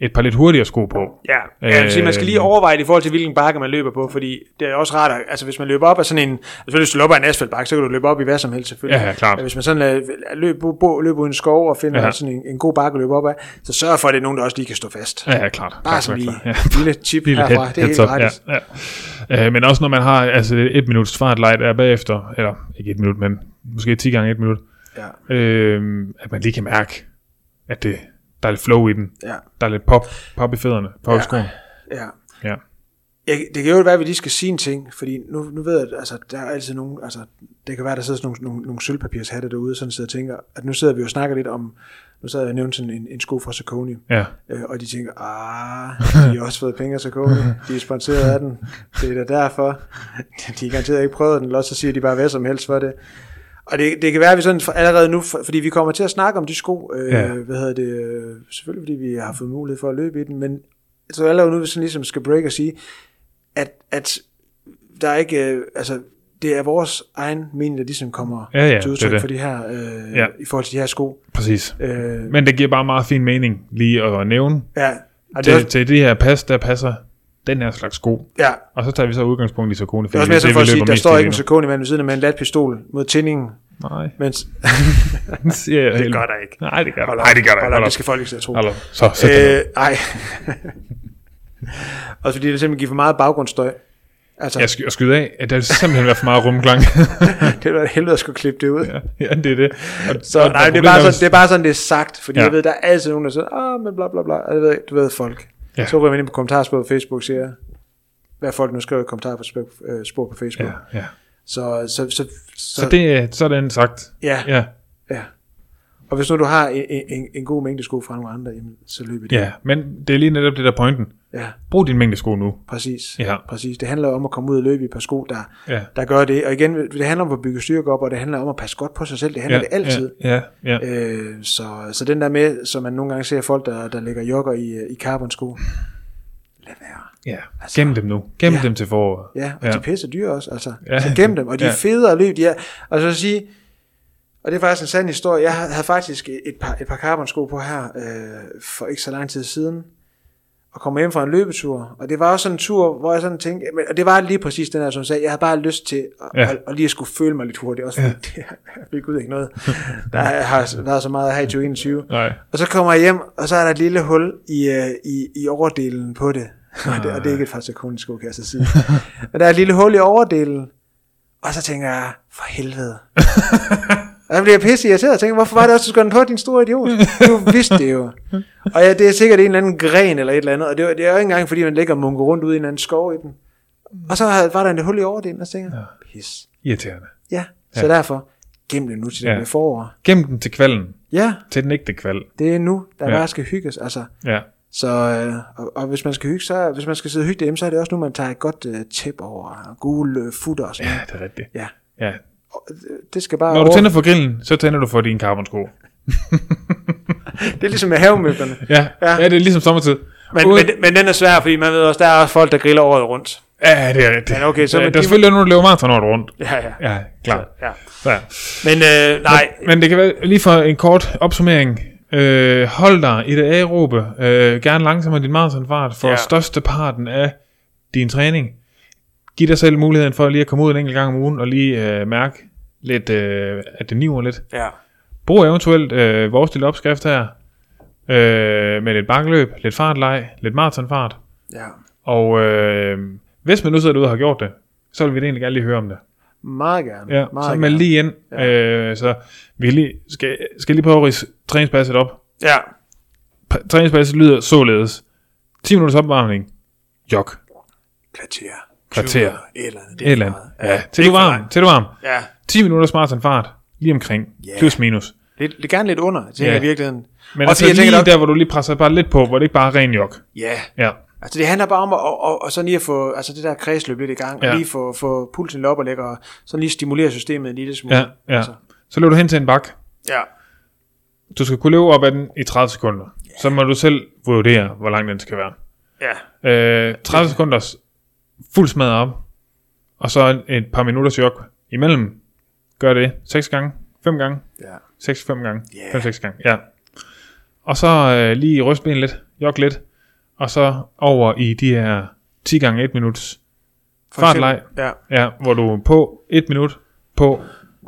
et par lidt hurtigere sko på. Ja, øh, jeg vil sige, man skal lige overveje det i forhold til, hvilken bakke man løber på, fordi det er også rart, at, altså hvis man løber op af sådan en, altså hvis du løber af en asfaltbakke, så kan du løbe op i hvad som helst selvfølgelig. Ja, ja, klart. Men Hvis man sådan øh, løber bo, løb uden skov og finder Ja. ja. sådan en, en, god bakke at løbe op af, så sørg for, at det er nogen, der også lige kan stå fast. Ja, ja, klart. Bare klart, som klart, lige klart. Ja. en lille chip Lille herfra, head- det er helt heads up, gratis. Ja, ja. Øh, men også når man har altså, et minut svart light er bagefter, eller ikke et minut, men måske 10 gange et minut, Ja. øh, at man lige kan mærke, at det, der er lidt flow i den. Ja. Der er lidt pop, pop i fødderne, pop ja. i skoen. Ja. Ja. Jeg, det kan jo være, at vi lige skal sige en ting, fordi nu, nu ved jeg, at altså, der er altid nogen, altså, det kan være, der sidder sådan nogle, nogle, nogle sølvpapirshatte derude, sådan sidder og tænker, at nu sidder vi jo og snakker lidt om, nu sad jeg og nævnte sådan en, en sko fra Saucony, ja. øh, og de tænker, ah, de har også fået penge af Saucony, de er sponsoreret af den, det er da derfor, de har garanteret ikke prøvet den, eller også så siger de bare hvad som helst for det. Og det, det kan være, at vi sådan for, allerede nu, for, fordi vi kommer til at snakke om de sko, øh, Ja. ja. hvad hedder det, øh, selvfølgelig fordi vi har fået mulighed for at løbe i den, men jeg tror allerede nu, vi sådan ligesom skal break og sige, at, at der er ikke, øh, altså, det er vores egen mening, der ligesom kommer Ja, ja, til det er udtryk det. for de her, øh, Ja. ja. i forhold til de her sko. Præcis. Øh, Men det giver bare meget fin mening lige at nævne. ja, og det Til, er også, til det her pas, der passer den her slags sko. ja, Og så tager vi så udgangspunkt i Saucony, Det fordi er også mere sådan for at sige, der står ikke en nu. sekund i manden ved siden af med en latpistol mod tændingen. Nej, Men det siger jeg det helt- gør der ikke. Nej, det gør der. Hold Nej, det gør der. ikke. Hold op, Hold det op. skal folk ikke til at tro. Hold op. Så sæt dig ned. Øh, ej. Også fordi det simpelthen giver for meget baggrundsstøj. Altså, Jeg yes. skal jeg skyder af, at der simpelthen var for meget rumklang. det var et helvede at skulle klippe det ud. Ja. ja, det er det. Og, Så og- og nej, det er, problemet bare hvis- sådan, det er bare sådan, det er sagt. Fordi Ja. ja. jeg ved, der er altid nogen, der siger, ah, men bla bla bla. Og jeg ved, du ved folk. Ja. Ja. Så ryger man ind på kommentarspor på Facebook og siger, hvad folk nu skriver i kommentarspor på Facebook. Ja, Ja. ja. Så, så, så, Så det er sådan sagt. ja, ja. Ja, Og hvis nu du har en, en, en god mængde sko fra nogle andre, jamen, så løb i det. ja. Men det er lige netop det der pointen. ja Brug din mængde sko nu. præcis. Ja, Præcis. Det handler om at komme ud og løbe i et par sko, der, ja. der gør det. Og igen, det handler om at bygge styrke op, og det handler om at passe godt på sig selv. Det handler ja, ja, det altid. Ja, ja, ja. Ja. Øh, så, så den der med, som man nogle gange ser folk, der, der lægger jogger i, øh, i carbonsko. Lad være. ja. altså- Gem dem nu. Gem Ja. dem til foråret. Ja, og Ja. ja. de er pisse dyre også. Altså. Ja. Ja. Så gem dem, og de er Ja. federe at løbe. De er. Og så at sige, og det er faktisk en sand historie. Jeg havde havde faktisk et par, et par carbonsko på her øh, for ikke så lang tid siden, og kom hjem fra en løbetur. Og det var også sådan en tur, hvor jeg sådan tænkte, men, og det var lige præcis den her, som sagde, jeg havde bare lyst til at, Ja. ja. at, at lige at skulle føle mig lidt hurtigt, også fordi ja. det fik ud ikke noget. Der har været så meget her i 2021. Nej. Og så kommer jeg hjem, og så er der et lille hul i, øh, i, i overdelen på det. og det. Og det er ikke et farsekonisk sko, kan jeg så sige. Men der er et lille hul i overdelen. Og så tænker jeg, for helvede. og jeg bliver pisse irriteret og tænker, hvorfor var det også, du skød den på, din store idiot? Du vidste det jo. Og ja, det er sikkert en eller anden gren eller et eller andet. Og det, er- det er jo ikke engang, fordi man ligger og munker rundt ude i en eller anden skov i den. Og så havde- var der en hul i overdelen, og så tænker jeg, pis. Irriterende. Ja, så derfor, gem det nu til det Ja. bliver forår. Gem den til kvalden. Ja, Til den ægte kval. det er nu, der Ja. ja. bare skal hygges. Altså, Ja. så øh, og, og hvis man skal hygge, så hvis man skal sidde og hygge derhjemme, så er det også nu, man tager et godt øh, tæp over og gule øh, futter og sådan Ja, noget. det er rigtigt. Ja. Ja. Og, øh, det skal bare Når du over... tænder for grillen, så tænder du for dine carbonsko. Det er ligesom med havemøblerne. Ja. ja. Ja. Ja, det er ligesom sommertid. Men, Ud- men, men, den er svær, fordi man ved også, der er også folk, der griller året rundt. Ja, det er rigtigt. Men okay, så ja, med der er de- selvfølgelig nogen, der løber maraton året rundt. Ja, ja. Ja, klar. ja. Ja. Men øh, nej, Men det kan være, lige for en kort opsummering. Øh, hold dig i det aerobe. Øh, gerne langsommere din maratonfart for ja. Ja. største parten af din træning. Giv dig selv muligheden for lige at komme ud en enkelt gang om ugen og lige øh, mærke lidt, øh, at det niver lidt. ja. Brug eventuelt øh, vores lille opskrift her øh, med lidt bankløb, lidt fartlej, lidt maratonfart. ja. Og øh, hvis man nu sidder derude og har gjort det, så vil vi egentlig gerne lige høre om det. Meget gerne. Ja, meget så meld lige ind. Ja. Ja. Øh, så vi lige, skal, skal lige prøve at rise træningspasset op. Ja, Pa- Træningspasset lyder således. 10 minutters opvarmning. Jog. kvarter. Kvarter. 20, Et eller andet. Det Et er eller andet. meget. Ja, til du er for varm. Til du er varm. Ja, 10 minutter smart en fart. Lige omkring. Ja. Plus minus. lidt, lidt- gerne lidt under, tænker jeg Ja. i virkeligheden. Men Og og altså det, jeg lige tænker, der, hvor du lige presser bare lidt på, hvor det ikke bare er ren jog. Ja, Ja. Altså det handler bare om at, og, og, og sådan lige at få altså det der kredsløb lidt i gang, Ja. ja. og lige få, få pulsen lidt op og lægge, og sådan lige stimulere systemet en lille smule. Ja, ja. Altså, Så løber du hen til en bak. ja. Du skal kunne løbe op ad den i 30 sekunder. Så må du selv vurdere, hvor lang den skal være. ja. Øh, 30 sekunders fuld smadret op, og så en- et par minutters jog imellem. Gør det 6 gange, 5 gange, ja. 6-5 gange, Ja. 5-6 gange, ja. Og så øh, lige ryste benet lidt, jog lidt, og så over i de her 10 gange 1 minuts For eksempel- fartlej, Ja, ja, hvor du er på 1 minut, på,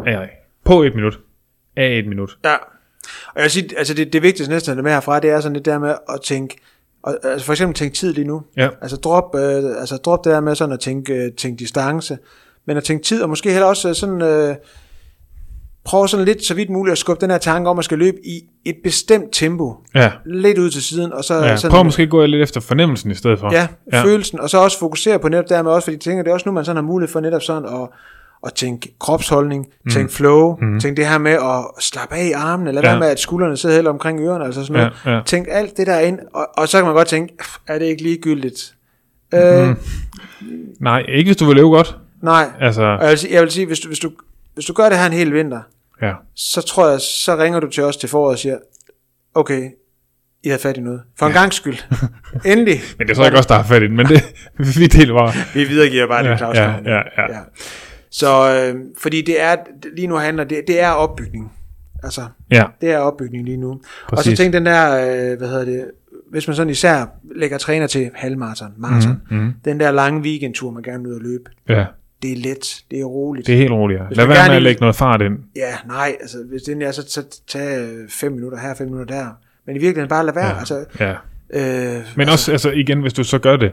nej, på 1 minut, af 1 minut. ja. Og jeg vil sige, altså det, det vigtigste næsten at have med herfra, det er sådan lidt der med at tænke, og, altså for eksempel tænke tid lige nu. Ja. Altså drop, øh, altså drop det der med sådan at tænke, øh, tænke distance, men at tænke tid, og måske heller også øh, sådan, øh, prøve sådan lidt så vidt muligt at skubbe den her tanke om, at skal løbe i et bestemt tempo, Ja, lidt ud til siden, og Øh, så ja. sådan, prøv måske at gå lidt efter fornemmelsen i stedet for. Ja, ja. ja, følelsen, og så også fokusere på netop dermed også, fordi jeg tænker, det er også nu, man sådan har mulighed for netop sådan at, at tænke kropsholdning, mm. tænke flow, mm. tænke det her med at slappe af i armene, eller Ja. ja. være med, at skuldrene sidder helt omkring ørerne, altså sådan noget. Ja, ja. Tænk alt det der ind, og, og så kan man godt tænke, "Pff, er det ikke ligegyldigt? Øh, mm. Nej, ikke hvis du vil løbe godt. Nej, og Altså, jeg vil sige, jeg vil sige hvis, du, hvis, du, hvis du gør det her en hel vinter, ja. så tror jeg, så ringer du til os til foråret og siger, okay, I havde fat i noget. For en ja. gang skyld. Endelig. Men det er så ikke også der har fat i den, men det, vi deler bare. Vi videregiver bare Ja, det, Claus. ja, ja, ja. Så øh, fordi det er, lige nu handler det, det er opbygning. Altså, Ja, det er opbygning lige nu. Præcis. Og Præcis. så tænk den der, øh, hvad hedder det, hvis man sådan især lægger træner til halvmarathon, marathon, mm, mm. den der lange weekendtur, man gerne vil ud og løbe. ja, det er let, det er roligt. Det er helt roligt. Hvis Lad man være gerne med at vil- lægge noget fart ind. Ja, nej, altså hvis det endelig er, så t- tag øh, fem minutter her, fem minutter der. Men i virkeligheden bare lad være. Ja. Altså, Ja. øh, Men også, altså igen, hvis du så gør det,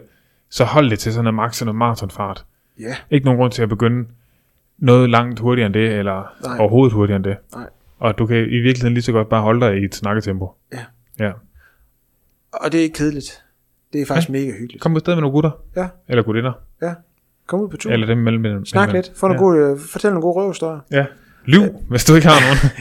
så hold det til sådan en max noget maratonfart. ja, Ikke nogen grund til at begynde noget langt hurtigere end det, eller Nej. Nej. overhovedet hurtigere end det. Nej. Og du kan i virkeligheden lige så godt bare holde dig i et snakketempo. Ja. ja. og det er ikke kedeligt. Det er faktisk ja. mega hyggeligt. Kom på sted med nogle gutter. Ja. Eller gutinder. Ja, kom ud på tur. Eller dem mellem. mellem- Snak mellem. lidt, få nogle ja. gode, øh, fortæl nogle gode røvstøjer. Ja. Lyv, hvis du ikke har nogen.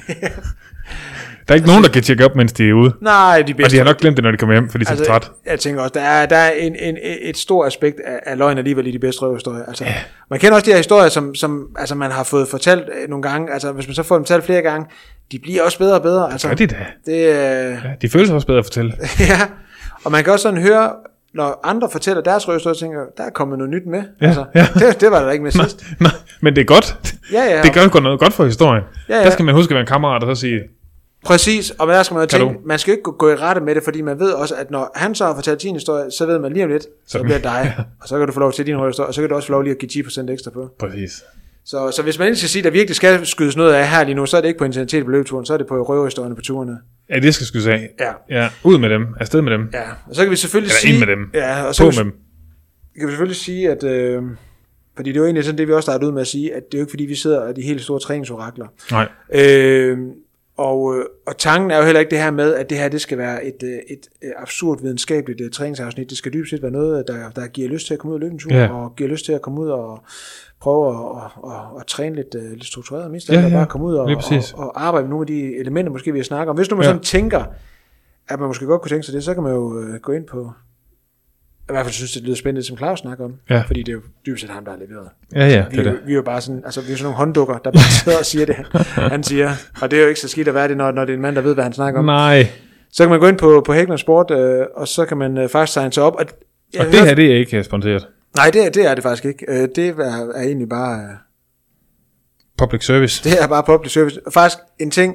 der er ikke nogen, der kan tjekke op, mens de er ude. Nej, de bedste. Og de har nok glemt det, når de kommer hjem, for de er så træt. Altså, Jeg tænker også, der er, der er en, en, et stort aspekt af, af løgn alligevel i de bedste røverhistorier. Altså, yeah. Man kender også de her historier, som, som altså, man har fået fortalt øh, nogle gange. Altså, hvis man så får dem fortalt flere gange, de bliver også bedre og bedre. Altså, Gør de da? det, øh, Ja, de føler sig også bedre at fortælle. ja. Og man kan også sådan høre, når andre fortæller deres røverhistorier, tænker jeg, der er kommet noget nyt med. Ja, altså, ja. Det, det var der ikke med sidst. Nej, men det er godt. Ja, ja. Det gør godt noget godt for historien. Ja, ja. Der skal man huske at være en kammerat og så sige, Præcis, og der skal man jo Kan tænke, du? man skal jo ikke gå i rette med det, fordi man ved også, at når han så har fortalt sin historie, så ved man lige om lidt, så, så kan bliver det man- dig, og så kan du få lov til din historie, og så kan du også få lov lige at give 10% ekstra på. præcis. Så, så hvis man ikke skal sige, at der virkelig skal skydes noget af her lige nu, så er det ikke på intensitet på løbeturen, så er det på røverhistorierne på turene. Ja, det skal skydes af. Ja. ja. Ud med dem. Afsted med dem. Ja. Ja, og så kan vi selvfølgelig Eller ind sige... med dem. Ja, og så På kan vi, med dem. kan vi selvfølgelig sige, at... Øh, fordi det er jo egentlig sådan det, vi også startede ud med at sige, at det er jo ikke fordi, vi sidder og er de helt store træningsorakler. Nej. Øh, og, øh, og tanken er jo heller ikke det her med, at det her det skal være et, øh, et øh, absurd videnskabeligt øh, træningsafsnit. Det skal dybest set være noget, der, der giver lyst til at komme ud og løbe en tur, Ja. og giver lyst til at komme ud og prøve at, at, at, at træne lidt, øh, lidt struktureret. Mest af Ja, alt, og ja. bare komme ud og, Lige og, præcis. og arbejde med nogle af de elementer, måske vi snakker om. Hvis nu man Ja. ja. sådan tænker, at man måske godt kunne tænke sig det, så kan man jo øh, gå ind på i hvert fald synes, det lyder spændende, som Claus snakker om. Ja. Fordi det er jo dybest set ham, der har leveret Ja, ja, vi, det er er jo, det. vi er jo bare sådan, altså vi er jo sådan nogle hånddukker, der bare sidder og siger det, han siger. Og det er jo ikke så skidt at være det, når, når det er en mand, der ved, hvad han snakker om. Nej. Så kan man gå ind på, på Hækner Sport, øh, og så kan man øh, faktisk signe sig op. Og, jeg Og det her, det er ikke øh, sponsoreret. Nej, det, er- det er det faktisk ikke. Øh, det er, er egentlig bare, øh, Public service. det er bare public service. Og faktisk en ting,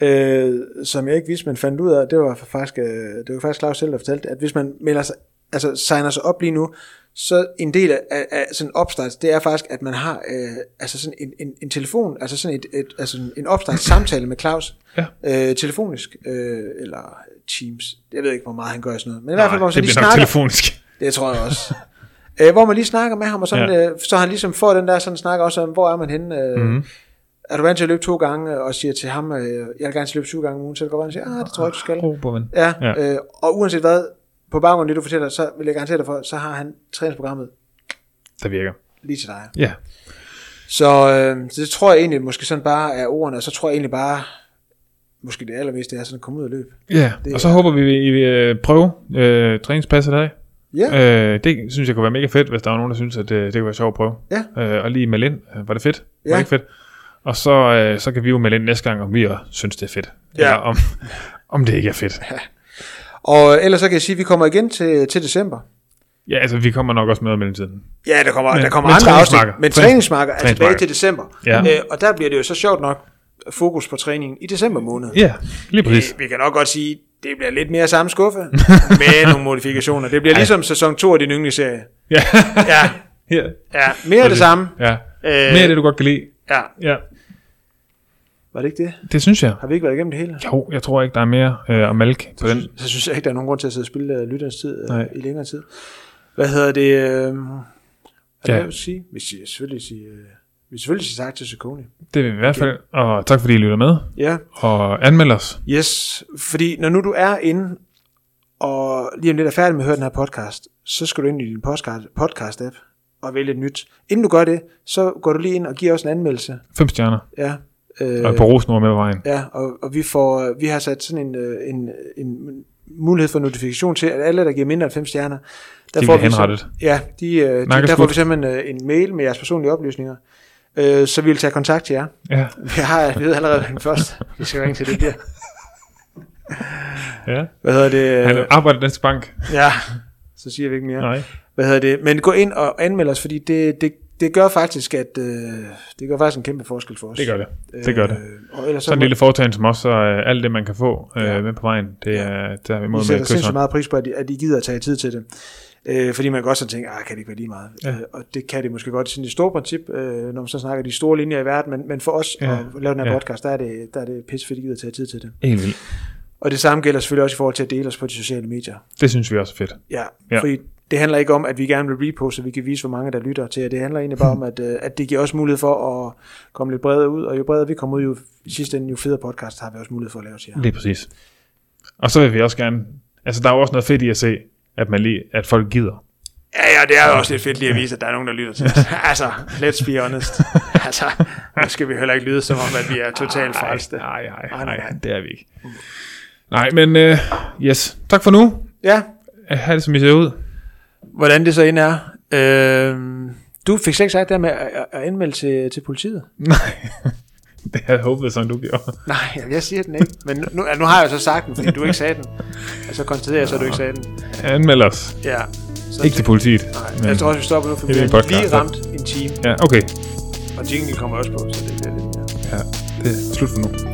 øh, som jeg ikke vidste, man fandt ud af, det var faktisk, øh, det var faktisk Claus selv, der fortalte, at hvis man melder sig, altså signer sig op lige nu, så en del af, af, af sådan en opstart, det er faktisk, at man har øh, altså sådan en, en, en telefon, altså sådan et, et altså en- en opstartssamtale med Claus, Ja. øh, telefonisk, øh, eller Teams, jeg ved ikke, hvor meget han gør i sådan noget, men i hvert Nej, fald, hvor man så det lige bliver nok snakker, telefonisk. det tror jeg også. Æ, hvor man lige snakker med ham, og sådan, ja. øh, så han ligesom får den der sådan snak også om, hvor er man henne? Øh, mm-hmm. Er du vant til at løbe to gange, og siger til ham, øh, jeg vil gerne til at løbe syv gange om ugen, så er det godt, at han siger, ah, det tror jeg ikke, du skal. Ro på, ven. Ja, Ja. ja. Øh, og uanset hvad, på baggrund af det, du fortæller, så vil jeg garantere dig for, så har han træningsprogrammet Der virker. lige til dig. Ja. Så, øh, så det tror jeg egentlig måske sådan bare er ordene, og så tror jeg egentlig bare, måske det allermest, det er sådan at komme ud og løbe. Ja, Det og så håber vi, I vil øh, prøve øh, træningspasset af. Ja, øh. Øh, det synes jeg kunne være mega fedt, hvis der var nogen, der synes, at øh, det kunne være sjovt at prøve. Ja. Øh, og lige melde ind. Øh, Var det fedt? Var Ja. det ikke fedt? Og så, øh, så kan vi jo melde ind næste gang, om vi også synes, det er fedt. Ja. Eller om, om det ikke er fedt. og øh, ellers så kan jeg sige, at vi kommer igen til, til december. Ja, altså vi kommer nok også med i mellemtiden. Ja, der kommer, Men- men, der kommer men andre træningsmarker. afsnit, men Træning- træningsmarker er tilbage træningsmarker. til december. Ja. Øh, og der bliver det jo så sjovt nok fokus på træningen i december måned. Ja, lige præcis. Øh, Vi kan nok godt sige, det bliver lidt mere samme skuffe med nogle modifikationer. Det bliver ligesom sæson 2 af din yndlingsserie. Ja. Ja, ja. ja mere af det samme. Ja. Øh, Mere af det, du godt kan lide. Ja. Ja, Var det ikke det? det synes jeg. Har vi ikke været igennem det hele? Jo, jeg tror ikke, der er mere øh, at mælke på den. Så synes jeg ikke, der er nogen grund til at sidde og spille uh, lytterens tid uh, Nej. i længere tid. Hvad hedder det? Uh, er det, Ja. jeg vil sige? Vi siger selvfølgelig sige, uh, vi selvfølgelig sige tak til Sekoni. Det vil vi i hvert fald. Og tak fordi I lytter med. Ja, Og anmeld os. Yes, fordi når nu du er inde og lige om lidt er færdig med at høre den her podcast, så skal du ind i din podcast- podcast-app og vælge et nyt. Inden du gør det, så går du lige ind og giver os en anmeldelse. 5 stjerner. Ja, Og øh, på rosnord med på vejen. ja og, og vi, får, vi har sat sådan en, øh, en, en mulighed for notifikation til, at alle, der giver mindre end 5 stjerner, der De får bliver vi så, henrettet. ja, de, øh, de, der Nakkeskudt. får vi simpelthen øh, en mail med jeres personlige oplysninger. Øh, så vi vil tage kontakt til jer. Ja. Vi har vi ved allerede den første. Vi skal ringe til det der. ja. Hvad hedder det? Han arbejder i Danske Bank. Ja, så siger vi ikke mere. Nej. Hvad hedder det? Men gå ind og anmeld os, fordi det, det, det gør faktisk, at øh, det gør faktisk en kæmpe forskel for os. Det gør det. Det gør det. Øh, og ellers så, Sådan en må, lille foretagende som os, så øh, alt det, man kan få øh, Ja. med på vejen, det er der er vi imod vi med sætter et kyshånd. sindssygt meget pris på, at I, at I gider at tage tid til det. Øh, fordi man kan også sådan tænke, ah, kan det ikke være lige meget? Ja. Øh, og det kan det måske godt i sådan det store princip, øh, når man så snakker de store linjer i verden, men, men for os Ja. ja. at lave den her Ja. ja. podcast, der er det, der er det pisse fedt, at gider tage tid til det. Helt vildt. Og det samme gælder selvfølgelig også i forhold til at dele os på de sociale medier. Det synes vi også er fedt. Ja, Ja. ja. fordi det handler ikke om, at vi gerne vil reposte, så vi kan vise, hvor mange der lytter til. Det handler egentlig bare om, at, øh, at det giver os mulighed for at komme lidt bredere ud, og jo bredere vi kommer ud, jo i sidste ende, jo federe podcast har vi også mulighed for at lave til jer. Lige præcis. Og så vil vi også gerne... Altså, der er jo også noget fedt i at se, at, man lige, at folk gider. Ja, ja, det er jo også lidt fedt lige at vise, at der er nogen, der lytter til os. altså, let's be honest. Altså, nu skal vi heller ikke lyde som om, at vi er totalt frelste. Nej, nej, Ej, nej, nej. det er vi ikke. Nej, men øh, yes. Tak for nu. Ja, Øh, Ha' det, som I ser ud. hvordan det så end er. Øhm, du fik slet ikke sagt det her med at, at- at anmelde til, til politiet. Nej, det havde jeg håbet, som du gjorde. Nej, jamen, jeg siger den ikke. Men nu, nu har jeg jo så sagt den, fordi du ikke sagde den. Og så konstaterer jeg så, at du ikke sagde den. Anmeld os. Ja. Så, Ikke til politiet. Nej, men- jeg tror også, vi stopper nu, for vi Det er en har podcast, lige så- ramt en time. Ja, okay. Og jinglen kommer også på, så det bliver lidt mere. Ja, det er slut for nu.